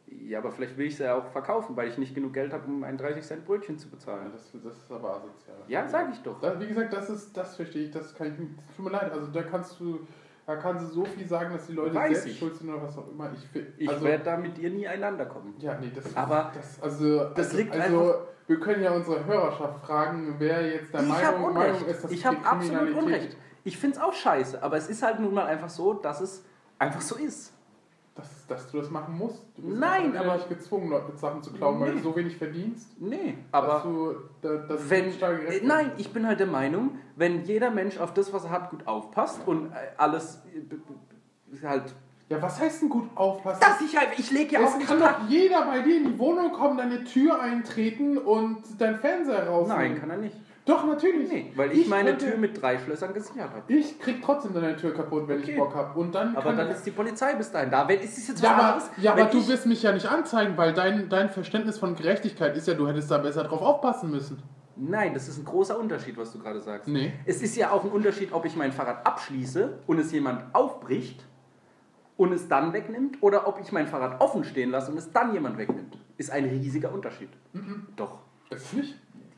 Speaker 1: Ja, aber vielleicht will ich sie ja auch verkaufen, weil ich nicht genug Geld habe, um ein 30 Cent Brötchen zu
Speaker 2: Ja,
Speaker 1: bezahlen.
Speaker 2: das, das ist aber asozial.
Speaker 1: Ja, sag ich doch.
Speaker 2: Das, wie gesagt, das ist, das verstehe ich, das kann ich nicht. Tut mir leid, also da kannst du, da kannst du so viel sagen, dass die Leute
Speaker 1: Weiß
Speaker 2: selbst
Speaker 1: ich.
Speaker 2: schuld sind oder was auch immer. Ich, fi-
Speaker 1: Ich
Speaker 2: also,
Speaker 1: werde da mit dir nie einander kommen.
Speaker 2: Ja, nee, das.
Speaker 1: Aber
Speaker 2: das, also,
Speaker 1: das liegt
Speaker 2: also, wir können ja unsere Hörerschaft fragen, wer jetzt der
Speaker 1: ich habe
Speaker 2: Meinung, Meinung
Speaker 1: Unrecht.
Speaker 2: ist, dass
Speaker 1: ich
Speaker 2: die
Speaker 1: habe absolut
Speaker 2: Kriminalität-
Speaker 1: Unrecht. Ich finde es auch scheiße, aber es ist halt nun mal einfach so, dass es einfach so ist.
Speaker 2: Dass, dass du das machen musst. Du
Speaker 1: Nein,
Speaker 2: auch
Speaker 1: aber-
Speaker 2: nicht gezwungen, Leute Sachen zu klauen, weil
Speaker 1: Nee.
Speaker 2: du so wenig verdienst.
Speaker 1: Nee, aber
Speaker 2: dass du, da, dass
Speaker 1: wenn,
Speaker 2: du stark
Speaker 1: äh,
Speaker 2: gerecht
Speaker 1: nein,
Speaker 2: bist.
Speaker 1: ich bin halt der Meinung, wenn jeder Mensch auf das, was er hat, gut aufpasst und äh, alles äh, b- b- halt...
Speaker 2: Ja, was heißt denn gut aufpassen?
Speaker 1: Dass ich halt... Ich halt lege ja auch
Speaker 2: es
Speaker 1: nicht
Speaker 2: kann
Speaker 1: platt.
Speaker 2: doch jeder bei dir in die Wohnung kommen, deine Tür eintreten und deinen Fernseher rausnehmen.
Speaker 1: Nein, kann er nicht.
Speaker 2: Doch, natürlich.
Speaker 1: Nee, weil ich, meine
Speaker 2: könnte-
Speaker 1: Tür mit drei Schlössern gesichert habe.
Speaker 2: Ich krieg trotzdem deine Tür kaputt, wenn
Speaker 1: Okay.
Speaker 2: ich Bock hab. Und dann
Speaker 1: Aber
Speaker 2: kann
Speaker 1: dann
Speaker 2: ich-
Speaker 1: ist die Polizei bis dahin da. Wenn, ist es jetzt
Speaker 2: ja,
Speaker 1: was
Speaker 2: aber,
Speaker 1: anderes?
Speaker 2: ja, aber
Speaker 1: Wenn
Speaker 2: du
Speaker 1: ich,
Speaker 2: wirst mich ja nicht anzeigen, weil dein, dein Verständnis von Gerechtigkeit ist ja, du hättest da besser drauf aufpassen müssen.
Speaker 1: Nein, das ist ein großer Unterschied, was du gerade sagst.
Speaker 2: Nee.
Speaker 1: Es ist ja auch ein Unterschied, ob ich mein Fahrrad abschließe und es jemand aufbricht und es dann wegnimmt oder ob ich mein Fahrrad offen stehen lasse und es dann jemand wegnimmt. Ist ein riesiger Unterschied. Doch.
Speaker 2: Das ist nicht.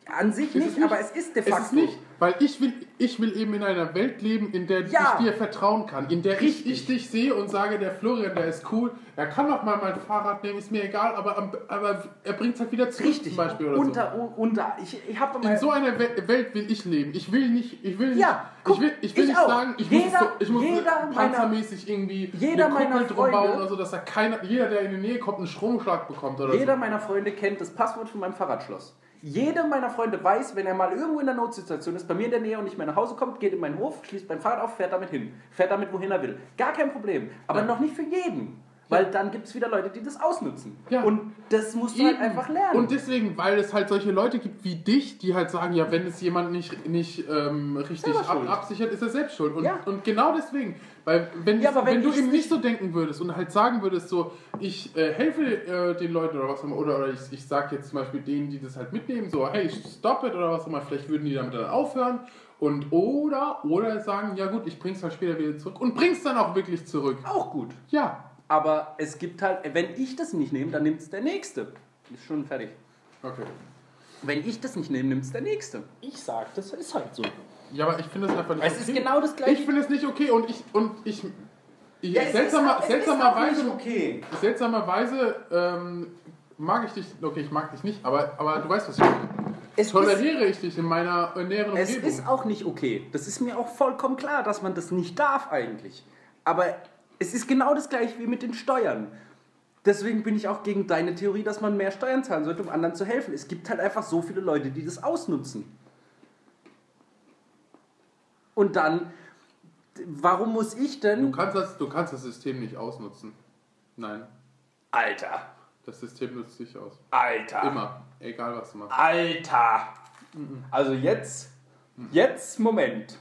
Speaker 1: An sich
Speaker 2: Mhm. es
Speaker 1: nicht,
Speaker 2: nicht.
Speaker 1: aber es ist de
Speaker 2: Es
Speaker 1: facto.
Speaker 2: ist nicht, weil ich will, ich will eben in einer Welt leben, in der
Speaker 1: Ja.
Speaker 2: ich dir vertrauen kann, in der ich,
Speaker 1: Richtig.
Speaker 2: ich dich sehe und sage, der Florian, der ist cool, er kann doch mal mein Fahrrad nehmen, ist mir egal, aber, am- aber er bringt es halt wieder zurück
Speaker 1: Richtig.
Speaker 2: zum Beispiel oder so.
Speaker 1: unter, unter. Ich, ich habe
Speaker 2: In so einer We Welt will ich leben. Ich will nicht, ich will nicht,
Speaker 1: Ja,
Speaker 2: ich
Speaker 1: guck,
Speaker 2: will, ich will
Speaker 1: ich
Speaker 2: nicht
Speaker 1: auch.
Speaker 2: sagen, ich muss,
Speaker 1: Jeder-
Speaker 2: es so, ich muss
Speaker 1: jeder
Speaker 2: es panzermäßig irgendwie
Speaker 1: jeder
Speaker 2: eine Kuppel
Speaker 1: meiner
Speaker 2: drum bauen
Speaker 1: Freunde-
Speaker 2: oder so, dass da keiner, jeder, der in die Nähe kommt, einen Stromschlag bekommt oder
Speaker 1: Jeder meiner Freunde kennt das Passwort von meinem Fahrradschloss. Jeder meiner Freunde weiß, wenn er mal irgendwo in einer Notsituation ist, bei mir in der Nähe und nicht mehr nach Hause kommt, geht in meinen Hof, schließt mein Fahrrad auf, fährt damit hin. Fährt damit, wohin er will. Gar kein Problem. Aber
Speaker 2: Ja.
Speaker 1: noch nicht für jeden. Weil dann gibt es wieder Leute, die das ausnutzen.
Speaker 2: Ja.
Speaker 1: Und das musst
Speaker 2: so.
Speaker 1: du halt
Speaker 2: Eben.
Speaker 1: einfach lernen.
Speaker 2: Und deswegen, weil es halt solche Leute gibt wie dich, die halt sagen, ja, wenn es jemand nicht, nicht ähm, richtig
Speaker 1: Selber
Speaker 2: ab,
Speaker 1: schuld.
Speaker 2: absichert, ist er selbst schuld. Und,
Speaker 1: Ja.
Speaker 2: und genau deswegen, weil wenn,
Speaker 1: Ja,
Speaker 2: es-
Speaker 1: aber wenn
Speaker 2: du
Speaker 1: ich's
Speaker 2: eben nicht so denken würdest und halt sagen würdest, so, ich äh, helfe äh, den Leuten oder was auch immer, oder, oder ich, ich sag jetzt zum Beispiel denen, die das halt mitnehmen, so, hey, stop it oder was auch immer, vielleicht würden die damit dann aufhören. Und oder, oder sagen, ja gut, ich bring's halt später wieder zurück und bring's dann auch wirklich zurück.
Speaker 1: auch gut.
Speaker 2: Ja.
Speaker 1: Aber es gibt halt, wenn ich das nicht nehme, dann nimmt es der Nächste. Ist schon fertig.
Speaker 2: Okay.
Speaker 1: Wenn ich das nicht nehme, nimmt es der Nächste.
Speaker 3: Ich sag, das ist halt so.
Speaker 2: Ja, aber ich finde das einfach nicht
Speaker 1: Es ist genau das Gleiche.
Speaker 2: Ich finde es nicht okay und ich und ich, ich
Speaker 1: es ist auch-
Speaker 2: seltsamer,
Speaker 1: es ist
Speaker 2: seltsamerweise,
Speaker 1: auch nicht okay.
Speaker 2: seltsamerweise ähm, mag ich dich. Okay, ich mag dich nicht, aber aber du weißt was ich meine.
Speaker 1: Es ist-
Speaker 2: Toleriere ich dich in meiner äh, näheren
Speaker 1: Es
Speaker 2: Umgebung.
Speaker 1: ist auch nicht okay. Das ist mir auch vollkommen klar, dass man das nicht darf eigentlich. Aber es ist genau das gleiche wie mit den Steuern. Deswegen bin ich auch gegen deine Theorie, dass man mehr Steuern zahlen sollte, um anderen zu helfen. Es gibt halt einfach so viele Leute, die das ausnutzen. Und dann, warum muss ich
Speaker 2: du
Speaker 1: denn...
Speaker 2: kannst das, du kannst das System nicht ausnutzen. Nein,
Speaker 1: Alter,
Speaker 2: das System nutzt dich aus.
Speaker 1: Alter.
Speaker 2: Immer, egal was du machst.
Speaker 1: Alter! Also jetzt, jetzt, Moment.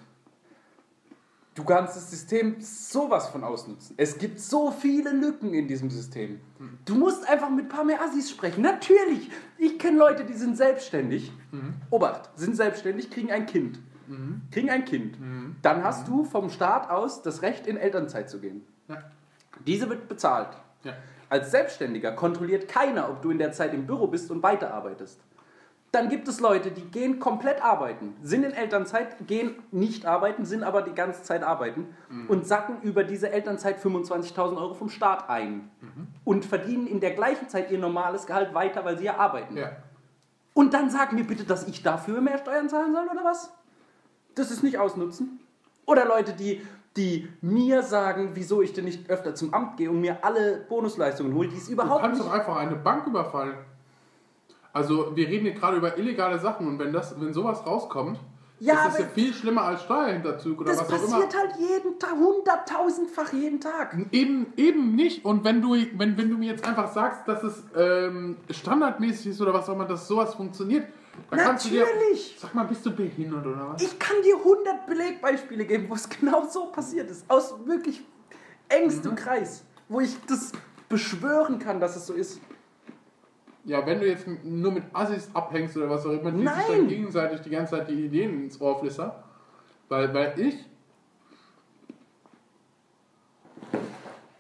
Speaker 1: Du kannst das System sowas von ausnutzen. Es gibt so viele Lücken in diesem System. Du musst einfach mit ein paar mehr Assis sprechen. Natürlich, ich kenne Leute, die sind selbstständig. Obacht, sind selbstständig, kriegen ein Kind. Kriegen ein Kind. Dann hast du vom Staat aus das Recht, in Elternzeit zu gehen.
Speaker 2: Ja.
Speaker 1: Diese wird bezahlt.
Speaker 2: Ja.
Speaker 1: Als Selbstständiger kontrolliert keiner, ob du in der Zeit im Büro bist und weiterarbeitest. Dann gibt es Leute, die gehen komplett arbeiten, sind in Elternzeit, gehen nicht arbeiten, sind aber die ganze Zeit arbeiten und sacken über diese Elternzeit 25.000 Euro vom Staat ein und verdienen in der gleichen Zeit ihr normales Gehalt weiter, weil sie ja arbeiten.
Speaker 2: Ja.
Speaker 1: Und dann sag mir bitte, dass ich dafür mehr Steuern zahlen soll oder was? Das ist nicht ausnutzen. Oder Leute, die, die mir sagen, wieso ich denn nicht öfter zum Amt gehe und mir alle Bonusleistungen hole, die es
Speaker 2: Du
Speaker 1: überhaupt
Speaker 2: kannst
Speaker 1: nicht.
Speaker 2: doch einfach eine Bank überfallen. Also wir reden hier gerade über illegale Sachen und wenn das, wenn sowas rauskommt,
Speaker 1: Ja,
Speaker 2: ist das
Speaker 1: aber-
Speaker 2: ja viel schlimmer als Steuerhinterzug oder
Speaker 1: Das
Speaker 2: was auch immer.
Speaker 1: passiert halt jeden Tag, hunderttausendfach jeden Tag.
Speaker 2: Eben, eben nicht. Und wenn du, wenn, wenn du mir jetzt einfach sagst, dass es ähm, standardmäßig ist oder was auch immer, dass sowas funktioniert, dann kannst du dir.
Speaker 1: Natürlich.
Speaker 2: Sag mal, bist du behindert oder was?
Speaker 1: Ich kann dir 100 Belegbeispiele geben, wo es genau so passiert ist. Aus wirklich
Speaker 2: Mhm.
Speaker 1: engstem Kreis. Wo ich das beschwören kann, dass es so ist.
Speaker 2: Ja, wenn du jetzt nur mit Assis abhängst oder was auch immer, die sich
Speaker 1: Nein.
Speaker 2: dann gegenseitig die ganze Zeit die Ideen ins Ohr flüstern. Weil, weil ich.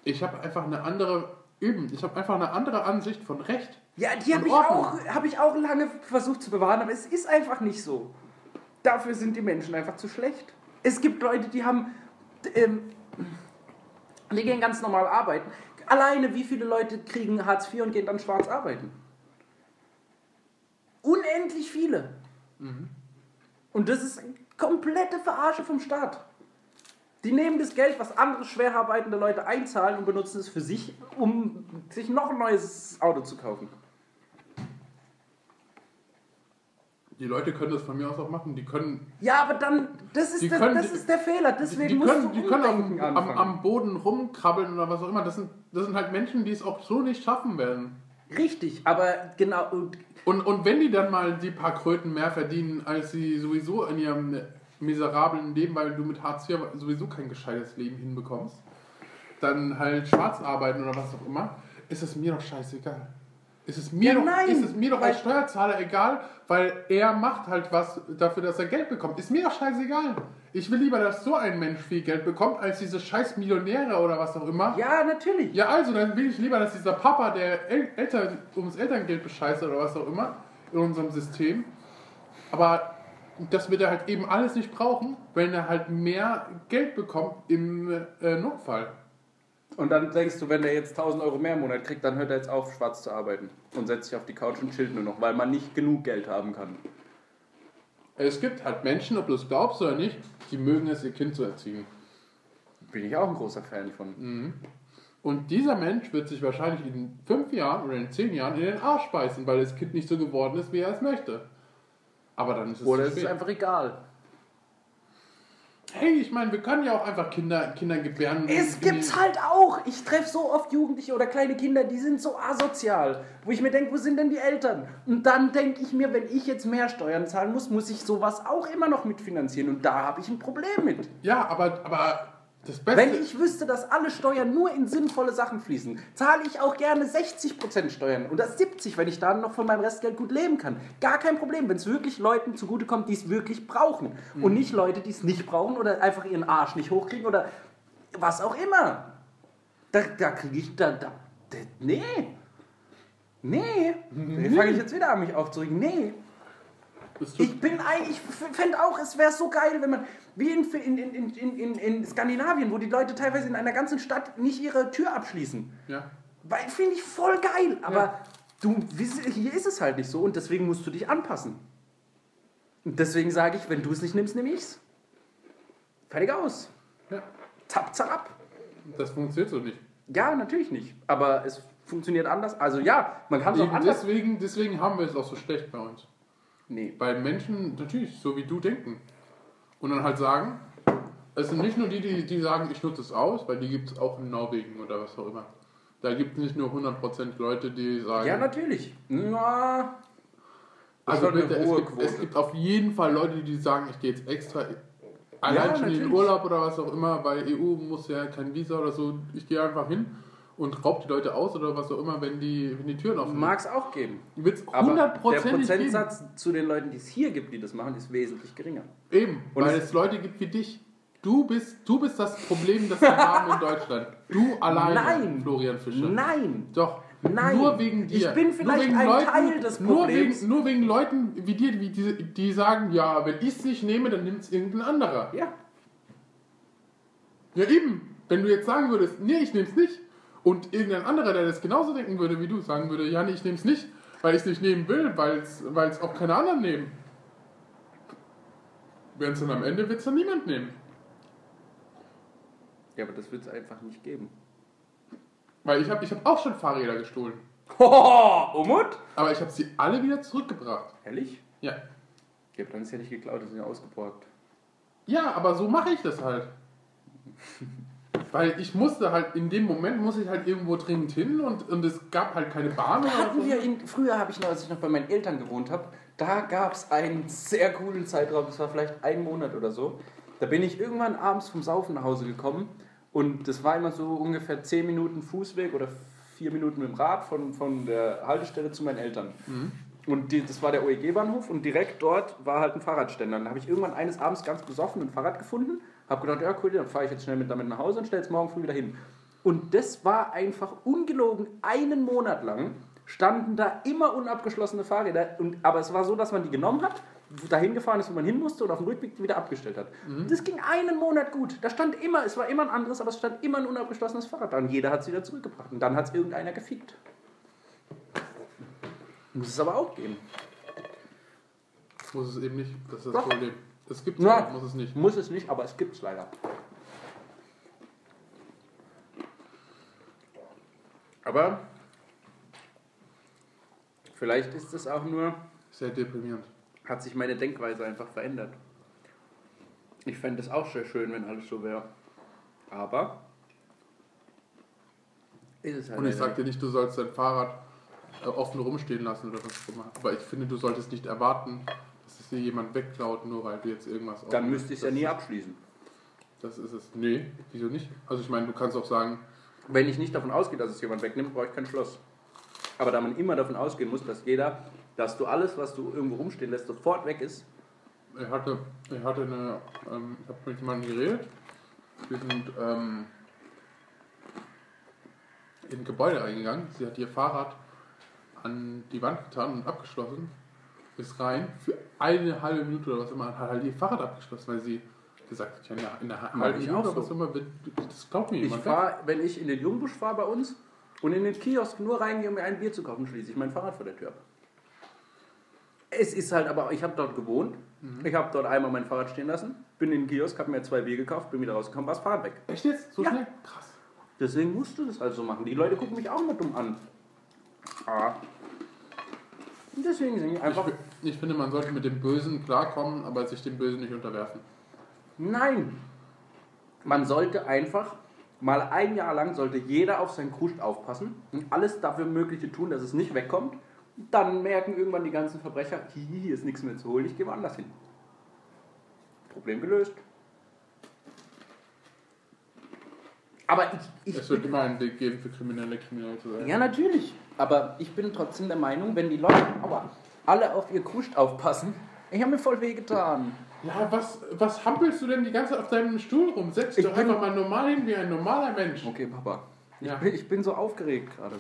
Speaker 2: Ich habe einfach eine andere. Eben, ich habe einfach eine andere Ansicht von Recht.
Speaker 1: Ja, die
Speaker 2: Und
Speaker 1: habe ich,
Speaker 2: Ordnung.
Speaker 1: auch- hab ich auch lange versucht zu bewahren, aber es ist einfach nicht so. Dafür sind die Menschen einfach zu schlecht. Es gibt Leute, die haben. Ähm, die gehen ganz normal arbeiten. Alleine, wie viele Leute kriegen Hartz IV und gehen dann schwarz arbeiten? Unendlich viele. Und das ist eine komplette Verarsche vom Staat. Die nehmen das Geld, was andere schwer arbeitende Leute einzahlen und benutzen es für sich, um sich noch ein neues Auto zu kaufen.
Speaker 2: Die Leute können das von mir aus auch machen. Die können,
Speaker 1: Ja, aber dann, das ist,
Speaker 2: Die
Speaker 1: der,
Speaker 2: können-
Speaker 1: das ist der Fehler. Deswegen
Speaker 2: Also die
Speaker 1: musst
Speaker 2: können,
Speaker 1: du
Speaker 2: die können
Speaker 1: umdenken
Speaker 2: am, am,
Speaker 1: anfangen.
Speaker 2: am Boden rumkrabbeln oder was auch immer. Das sind, das sind halt Menschen, die es auch so nicht schaffen werden.
Speaker 1: Richtig, aber genau. Und
Speaker 2: Und, und wenn die dann mal die paar Kröten mehr verdienen, als sie sowieso in ihrem miserablen Leben, weil du mit Hartz IV sowieso kein gescheites Leben hinbekommst, dann halt schwarz arbeiten oder was auch immer, ist es mir doch scheißegal. Ist es mir,
Speaker 1: Ja,
Speaker 2: doch,
Speaker 1: nein,
Speaker 2: ist es mir doch als
Speaker 1: weil-
Speaker 2: Steuerzahler egal, weil er macht halt was dafür, dass er Geld bekommt. Ist mir doch scheißegal. Ich will lieber, dass so ein Mensch viel Geld bekommt, als diese scheiß Millionäre oder was auch immer,
Speaker 1: ja, natürlich.
Speaker 2: ja, also, dann will ich lieber, dass dieser Papa, der El Eltern, ums Elterngeld bescheißt oder was auch immer, in unserem System, aber das wird er halt eben alles nicht brauchen, wenn er halt mehr Geld bekommt im äh, Notfall.
Speaker 4: Und dann denkst du, wenn der jetzt 1000 Euro mehr im Monat kriegt, dann hört er jetzt auf, schwarz zu arbeiten. Und setzt sich auf die Couch und chillt nur noch, weil man nicht genug Geld haben kann.
Speaker 2: Es gibt halt Menschen, ob du es glaubst oder nicht, die mögen es, ihr Kind zu erziehen.
Speaker 4: Bin ich auch ein großer Fan von.
Speaker 2: Hm, Und dieser Mensch wird sich wahrscheinlich in fünf Jahren oder in zehn Jahren in den Arsch beißen, weil das Kind nicht so geworden ist, wie er es möchte. Aber dann ist es
Speaker 4: Oder
Speaker 2: zu
Speaker 4: es ist
Speaker 2: spät.
Speaker 4: einfach egal.
Speaker 2: Hey, ich meine, wir können ja auch einfach Kinder, Kinder gebären.
Speaker 1: Es
Speaker 2: in-
Speaker 1: gibt's
Speaker 2: in-
Speaker 1: halt auch. Ich treffe so oft Jugendliche oder kleine Kinder, die sind so asozial, wo ich mir denke, wo sind denn die Eltern? Und dann denke ich mir, wenn ich jetzt mehr Steuern zahlen muss, muss ich sowas auch immer noch mitfinanzieren. Und da habe ich ein Problem mit.
Speaker 2: Ja, aber, aber das Beste.
Speaker 1: Wenn ich wüsste, dass alle Steuern nur in sinnvolle Sachen fließen, zahle ich auch gerne 60% Steuern oder 70%, wenn ich dann noch von meinem Restgeld gut leben kann. Gar kein Problem, wenn es wirklich Leuten zugutekommt, die es wirklich brauchen. Und nicht Leute, die es nicht brauchen oder einfach ihren Arsch nicht hochkriegen oder was auch immer. Da, da kriege ich, da, da, da, nee. Nee. Dann fange ich jetzt wieder an, mich aufzuregen. Nee.
Speaker 2: es tut,
Speaker 1: Ich bin eigentlich, ich fände auch, es wäre so geil, wenn man, wie in, in, in, in, in, in Skandinavien, wo die Leute teilweise in einer ganzen Stadt nicht ihre Tür abschließen.
Speaker 2: ja.
Speaker 1: Weil finde ich voll geil, aber
Speaker 2: Ja.
Speaker 1: du, wiss- hier ist es halt nicht so und deswegen musst du dich anpassen. Und deswegen sage ich, wenn du es nicht nimmst, nehme ich's. Fertig aus.
Speaker 2: ja.
Speaker 1: Zap, zap, ab.
Speaker 2: Das funktioniert so nicht.
Speaker 1: Ja, natürlich nicht, aber es funktioniert anders. Also ja, man kann es auch
Speaker 2: Eben
Speaker 1: anders.
Speaker 2: deswegen, deswegen haben wir es auch so schlecht bei uns.
Speaker 1: Nee.
Speaker 2: Weil Menschen natürlich so wie du denken. Und dann halt sagen, es sind nicht nur die, die, die sagen, ich nutze es aus, weil die gibt es auch in Norwegen oder was auch immer. Da gibt es nicht nur 100% Leute, die sagen,
Speaker 1: Ja, natürlich. Ja.
Speaker 4: Das ist
Speaker 2: Also
Speaker 4: doch eine
Speaker 2: bitte, es
Speaker 4: hohe
Speaker 2: gibt,
Speaker 4: Quote.
Speaker 2: es gibt auf jeden Fall Leute, die sagen, ich gehe jetzt extra Allein
Speaker 1: Ja,
Speaker 2: schon in den
Speaker 1: natürlich.
Speaker 2: Urlaub oder was auch immer, bei EU muss ja kein Visa oder so. Ich gehe einfach hin und raub die Leute aus oder was auch immer, wenn die, wenn die Türen offen
Speaker 1: Mag es auch geben.
Speaker 2: Wird es
Speaker 1: Aber der
Speaker 2: hundertprozentig geben.
Speaker 1: Prozentsatz zu den Leuten, die es hier gibt, die das machen, ist wesentlich geringer.
Speaker 2: Eben,
Speaker 1: Und
Speaker 2: weil
Speaker 1: es-
Speaker 2: es Leute gibt wie dich. Du bist, du bist das Problem, das wir haben in Deutschland. Du alleine,
Speaker 1: Nein.
Speaker 2: Florian Fischer.
Speaker 1: Nein!
Speaker 2: Doch.
Speaker 1: Nein.
Speaker 2: Nur wegen dir.
Speaker 1: Ich bin vielleicht
Speaker 2: nur wegen
Speaker 1: ein
Speaker 2: Leuten,
Speaker 1: Teil des
Speaker 2: nur
Speaker 1: Problems.
Speaker 2: wegen, nur wegen Leuten wie dir, wie die, die sagen, ja, wenn ich es nicht nehme, dann nimmt es irgendein anderer.
Speaker 1: Ja,
Speaker 2: Ja eben. Wenn du jetzt sagen würdest, nee, ich nehme es nicht. Und irgendein anderer, der das genauso denken würde wie du, sagen würde, ja, nee, ich nehme es nicht, weil ich es nicht nehmen will, weil es auch keine anderen nehmen. Wenn es dann am Ende wird es dann niemand nehmen.
Speaker 1: ja aber das wird es einfach nicht geben.
Speaker 2: Weil ich habe ich hab auch schon Fahrräder gestohlen.
Speaker 1: Hoho, Umut?
Speaker 2: Aber ich habe sie alle wieder zurückgebracht.
Speaker 1: Ehrlich?
Speaker 2: Ja.
Speaker 1: Ja, aber dann ist ja nicht geklaut, das sind ja ausgeborgt.
Speaker 2: Ja, aber so mache ich das halt. Weil ich musste halt, in dem Moment muss ich halt irgendwo dringend hin und, und es gab halt keine Bahn oder
Speaker 1: Hatten
Speaker 2: so.
Speaker 1: wir in, früher habe ich noch, als ich noch bei meinen Eltern gewohnt habe, da gab es einen sehr coolen Zeitraum, das war vielleicht ein Monat oder so. Da bin ich irgendwann abends vom Saufen nach Hause gekommen und das war immer so ungefähr 10 Minuten Fußweg oder 4 Minuten mit dem Rad von, von der Haltestelle zu meinen Eltern. Und die, das war der OEG-Bahnhof und direkt dort war halt ein Fahrradständer. Und da habe ich irgendwann eines Abends ganz besoffen ein Fahrrad gefunden, habe gedacht, ja cool, dann fahre ich jetzt schnell mit damit nach Hause und stelle es morgen früh wieder hin. Und das war einfach ungelogen einen Monat lang standen da immer unabgeschlossene Fahrräder. Und, aber es war so, dass man die genommen hat, dahin gefahren ist, wo man hin musste und auf dem Rückweg die wieder abgestellt hat. Das ging einen Monat gut. Da stand immer, es war immer ein anderes, aber es stand immer ein unabgeschlossenes Fahrrad da. Und jeder hat es wieder zurückgebracht. Und dann hat es irgendeiner gefickt. Muss es aber auch geben.
Speaker 2: Muss es eben nicht, das ist das
Speaker 1: Doch.
Speaker 2: Problem. Es gibt
Speaker 1: Ja.
Speaker 2: muss es nicht.
Speaker 1: Muss es nicht, aber es gibt es leider. Aber vielleicht ist es auch nur,
Speaker 2: Sehr deprimierend.
Speaker 1: hat sich meine Denkweise einfach verändert. Ich fände es auch sehr schön, wenn alles so wäre. Aber ist es halt
Speaker 2: Und ich
Speaker 1: leider
Speaker 2: sag dir nicht, du sollst dein Fahrrad äh, offen rumstehen lassen oder was auch immer. Aber ich finde, du solltest nicht erwarten, dass es dir jemand wegklaut, nur weil du jetzt irgendwas
Speaker 1: nicht. dann
Speaker 2: offen-
Speaker 1: müsste ich es ja
Speaker 2: das-
Speaker 1: nie abschließen.
Speaker 2: Das ist es. Nee, wieso nicht? Also ich meine, du kannst auch sagen,
Speaker 1: Wenn ich nicht davon ausgehe, dass es jemand wegnimmt, brauche ich kein Schloss. Aber da man immer davon ausgehen muss, dass jeder, dass du alles, was du irgendwo rumstehen lässt, sofort weg ist,
Speaker 2: Ich hatte, ich hatte eine, ähm, ich habe mit jemandem geredet. Wir sind ähm, in ein Gebäude eingegangen. Sie hat ihr Fahrrad an die Wand getan und abgeschlossen. Ist rein für eine halbe Minute oder was immer. Hat halt ihr Fahrrad abgeschlossen, weil sie gesagt hat, ja, in der- in einer halben
Speaker 1: ich
Speaker 2: Minute
Speaker 1: auch
Speaker 2: oder was
Speaker 1: so.
Speaker 2: immer, wird- das glaubt mir
Speaker 1: ich
Speaker 2: jemand.
Speaker 1: fahre, wenn ich in den Jungbusch fahre bei uns und in den Kiosk nur reingehe, um mir ein Bier zu kaufen, schließe ich mein Fahrrad vor der Tür ab. Es ist halt aber, ich habe dort gewohnt, ich habe dort einmal mein Fahrrad stehen lassen, bin in den Kiosk, habe mir zwei Bier gekauft, bin wieder rausgekommen, war das Fahrrad weg.
Speaker 2: Echt jetzt? So
Speaker 1: Ja.
Speaker 2: schnell? Krass.
Speaker 1: Deswegen musst du das also machen. Die Leute gucken mich auch immer dumm an. Ah. Und Deswegen sind ich
Speaker 2: Ich,
Speaker 1: einfach
Speaker 2: fi- ich finde, man sollte mit dem Bösen klarkommen, aber sich dem Bösen nicht unterwerfen.
Speaker 1: Nein. Man sollte einfach mal ein Jahr lang sollte jeder auf sein Kruscht aufpassen und alles dafür Mögliche tun, dass es nicht wegkommt. Dann merken irgendwann die ganzen Verbrecher, hihi, hier ist nichts mehr zu holen, ich gehe woanders hin. Problem gelöst. Aber ich,
Speaker 2: Es
Speaker 1: ich
Speaker 2: wird immer einen Weg geben für Kriminelle, kriminell zu sein.
Speaker 1: ja, natürlich. Aber ich bin trotzdem der Meinung, wenn die Leute, aua, alle auf ihr Kruscht aufpassen, ich habe mir voll weh getan.
Speaker 2: Ja, was, was hampelst du denn die ganze Zeit auf deinem Stuhl rum? Setz dich
Speaker 1: Ich
Speaker 2: doch
Speaker 1: bin-
Speaker 2: einfach mal normal hin wie ein normaler Mensch.
Speaker 1: Okay, Papa. Ich,
Speaker 2: Ja.
Speaker 1: bin, ich bin so aufgeregt gerade.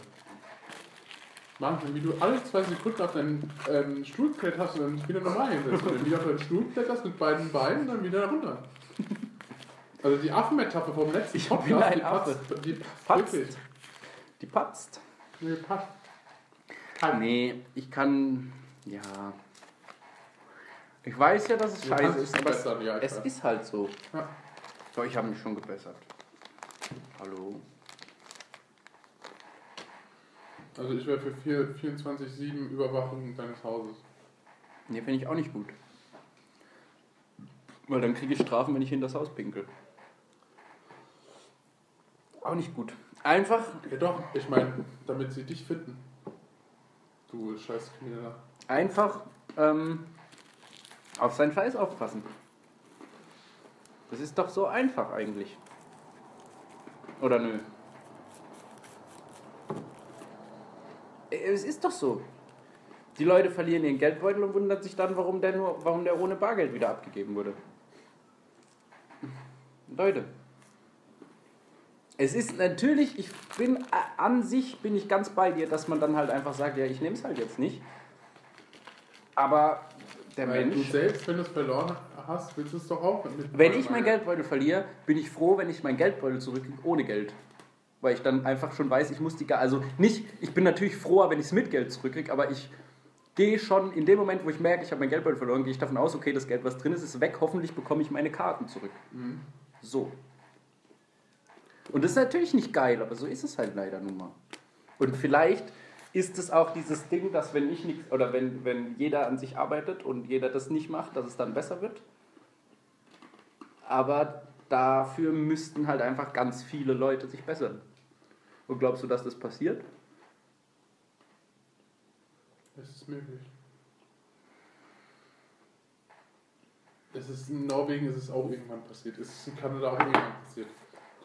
Speaker 2: Wahnsinn, wie du alle zwei Sekunden auf deinen ähm, Stuhl kletterst und dann dich wieder normal hinsetzt. Und dann wieder auf deinen Stuhl kletterst mit beiden Beinen und dann wieder runter. Also die Affenmetapher vom letzten
Speaker 1: Ich bin ein
Speaker 2: die
Speaker 1: Affe.
Speaker 2: passt, die passt,
Speaker 1: Patzt.
Speaker 2: wirklich.
Speaker 1: Die patzt.
Speaker 2: Nee, passt.
Speaker 1: Ah, Nee, ich kann. Ja. Ich weiß ja, dass es
Speaker 2: Du
Speaker 1: scheiße
Speaker 2: kannst
Speaker 1: ist,
Speaker 2: dich
Speaker 1: aber
Speaker 2: verbessern, ja, ich
Speaker 1: es
Speaker 2: weiß.
Speaker 1: ist halt so.
Speaker 2: Ja.
Speaker 1: Aber ich habe mich schon gebessert. Hallo?
Speaker 2: Also ich wäre für vier- 24-7 Überwachung deines Hauses.
Speaker 1: Nee, finde ich auch nicht gut. Weil dann kriege ich Strafen, wenn ich hinter das Haus pinkel. Auch nicht gut. Einfach.
Speaker 2: Ja doch, ich meine, damit sie dich finden. Du scheiß Krimineller.
Speaker 1: Einfach. Ähm, auf seinen Scheiß aufpassen. Das ist doch so einfach eigentlich. Oder nö? Äh, Es ist doch so. Die Leute verlieren ihren Geldbeutel und wundern sich dann, warum der, nur, warum der ohne Bargeld wieder abgegeben wurde. Leute. Es ist natürlich, ich bin a- an sich bin ich ganz bei dir, dass man dann halt einfach sagt, ja, ich nehme es halt jetzt nicht. Aber der
Speaker 2: Weil du
Speaker 1: Mensch.
Speaker 2: selbst, wenn du es verloren hast, willst du es doch auch mit.
Speaker 1: Wenn ich mein Geldbeutel verliere, bin ich froh, wenn ich meinen Geldbeutel zurückkriege ohne Geld. Weil ich dann einfach schon weiß, ich muss die. Ge- Also nicht, ich bin natürlich froher, wenn ich es mit Geld zurückkriege, aber ich gehe schon in dem Moment, wo ich merke, ich habe mein Geldbeutel verloren, gehe ich davon aus, okay, das Geld, was drin ist, ist weg. Hoffentlich bekomme ich meine Karten zurück. So. Und das ist natürlich nicht geil, aber so ist es halt leider nun mal. Und vielleicht ist es auch dieses Ding, dass wenn ich nichts oder wenn, wenn jeder an sich arbeitet und jeder das nicht macht, dass es dann besser wird. Aber dafür müssten halt einfach ganz viele Leute sich bessern. Und glaubst du, dass das passiert?
Speaker 2: Es ist möglich. Es ist in Norwegen ist es auch irgendwann passiert. Es ist in Kanada auch irgendwann passiert.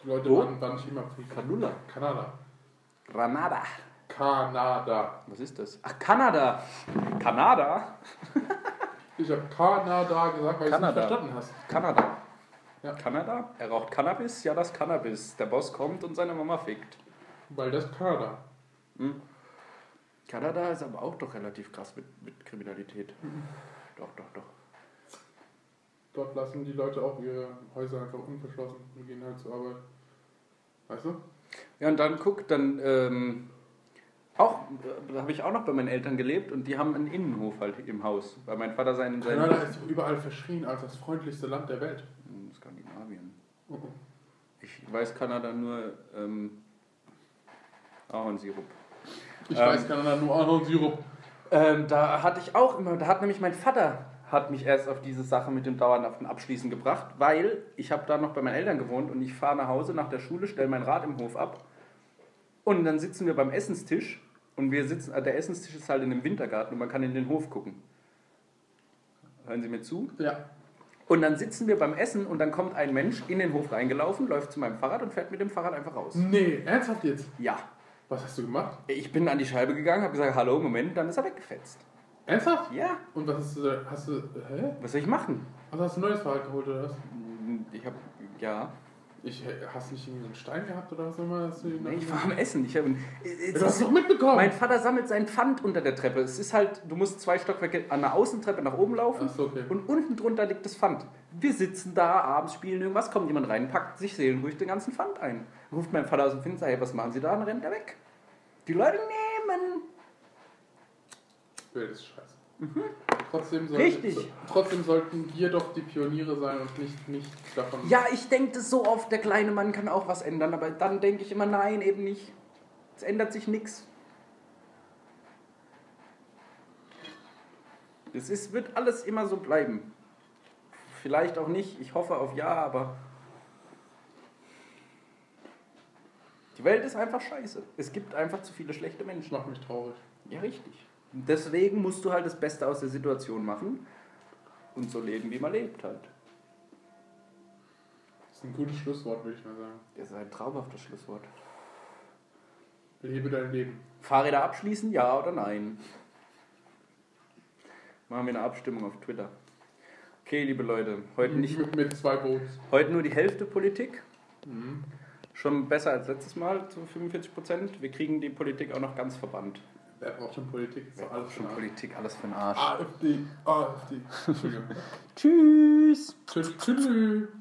Speaker 2: Die Leute
Speaker 1: Wo?
Speaker 2: waren, waren nicht immer free.
Speaker 1: Kanula.
Speaker 2: Kanada.
Speaker 1: Granada.
Speaker 2: Kanada.
Speaker 1: Was ist das? Ach, Kanada. Kanada?
Speaker 2: Ich habe Kanada gesagt, weil du es nicht
Speaker 1: Kanada.
Speaker 2: verstanden hast.
Speaker 1: Kanada.
Speaker 2: Ja.
Speaker 1: Kanada? Er raucht Cannabis? Ja, das Cannabis. Der Boss kommt und seine Mama fickt.
Speaker 2: Weil das Kanada.
Speaker 1: Kanada ist aber auch doch relativ krass mit, mit Kriminalität. Doch, doch, doch.
Speaker 2: Dort lassen die Leute auch ihre Häuser einfach unverschlossen und gehen halt zur Arbeit. Weißt du?
Speaker 1: Ja, und dann guck, dann ähm, auch, äh, da habe ich auch noch bei meinen Eltern gelebt und die haben einen Innenhof halt im Haus, weil mein Vater seinen... seinen
Speaker 2: Kanada ist überall verschrien als das freundlichste Land der Welt.
Speaker 1: Hm, Skandinavien.
Speaker 2: Mhm.
Speaker 1: Ich weiß Kanada nur ähm, Ahornsirup.
Speaker 2: Ich
Speaker 1: Ähm.
Speaker 2: weiß Kanada nur Ahornsirup.
Speaker 1: Ähm, da hatte ich auch immer, da hat nämlich mein Vater hat mich erst auf diese Sache mit dem dauerhaften Abschließen gebracht, weil ich habe da noch bei meinen Eltern gewohnt und ich fahre nach Hause nach der Schule, stelle mein Rad im Hof ab und dann sitzen wir beim Essenstisch und wir sitzen, der Essenstisch ist halt in dem Wintergarten und man kann in den Hof gucken. Hören Sie mir zu?
Speaker 2: Ja.
Speaker 1: Und dann sitzen wir beim Essen und dann kommt ein Mensch in den Hof reingelaufen, läuft zu meinem Fahrrad und fährt mit dem Fahrrad einfach raus.
Speaker 2: Nee, ernsthaft jetzt?
Speaker 1: Ja.
Speaker 2: Was hast du gemacht?
Speaker 1: Ich bin an die Scheibe gegangen, habe gesagt, hallo, Moment, dann ist er weggefetzt.
Speaker 2: Ernsthaft?
Speaker 1: Ja.
Speaker 2: Und was hast du da? Hast du. Hä?
Speaker 1: Was soll ich machen?
Speaker 2: Also hast du ein neues Fahrrad geholt oder was?
Speaker 1: Ich habe ja.
Speaker 2: Ich, hä, hast du nicht irgendwie so einen Stein gehabt oder was nochmal? Hast du den
Speaker 1: Nee, ich war am Essen. Ich hab,
Speaker 2: du hast es doch mitbekommen!
Speaker 1: mein Vater sammelt seinen Pfand unter der Treppe. Es ist halt, du musst zwei Stockwerke an der Außentreppe nach oben laufen
Speaker 2: Ach so, okay.
Speaker 1: und unten drunter liegt das Pfand. Wir sitzen da, abends spielen irgendwas, kommt jemand rein, packt sich seelenruhig den ganzen Pfand ein. Ruft mein Vater aus dem Fenster, hey, was machen Sie da? Und rennt er weg. Die Leute nehmen.
Speaker 2: Ja, das ist scheiße. Trotzdem, sollte,
Speaker 1: Mhm. Richtig.
Speaker 2: trotzdem sollten wir doch die Pioniere sein und nicht, nicht davon.
Speaker 1: Ja, ich denke das so oft, der kleine Mann kann auch was ändern, aber dann denke ich immer, nein, eben nicht. Es ändert sich nichts. Es ist, wird alles immer so bleiben. Vielleicht auch nicht, ich hoffe auf ja, aber. Die Welt ist einfach scheiße. Es gibt einfach zu viele schlechte Menschen.
Speaker 2: Das macht mich traurig.
Speaker 1: Ja, richtig. Und Deswegen musst du halt das Beste aus der Situation machen und so leben, wie man lebt halt.
Speaker 2: Das ist ein gutes Schlusswort, würde ich mal sagen.
Speaker 1: Das ist ein traumhaftes Schlusswort.
Speaker 2: Lebe dein Leben.
Speaker 1: Fahrräder abschließen, ja oder nein? Machen wir eine Abstimmung auf Twitter. Okay, liebe Leute, heute, nicht,
Speaker 2: Mit, mit zwei Boots. Mhm.
Speaker 1: heute nur die Hälfte Politik. Schon besser als letztes Mal zu 45 Prozent. Wir kriegen die Politik auch noch ganz verbannt.
Speaker 2: Wer braucht schon Politik? Ist doch alles schon Politik.
Speaker 1: Politik, alles für den Arsch.
Speaker 2: AfD, AfD. Entschuldigung.
Speaker 1: Tschüss!
Speaker 2: Tschüss. Tschüss.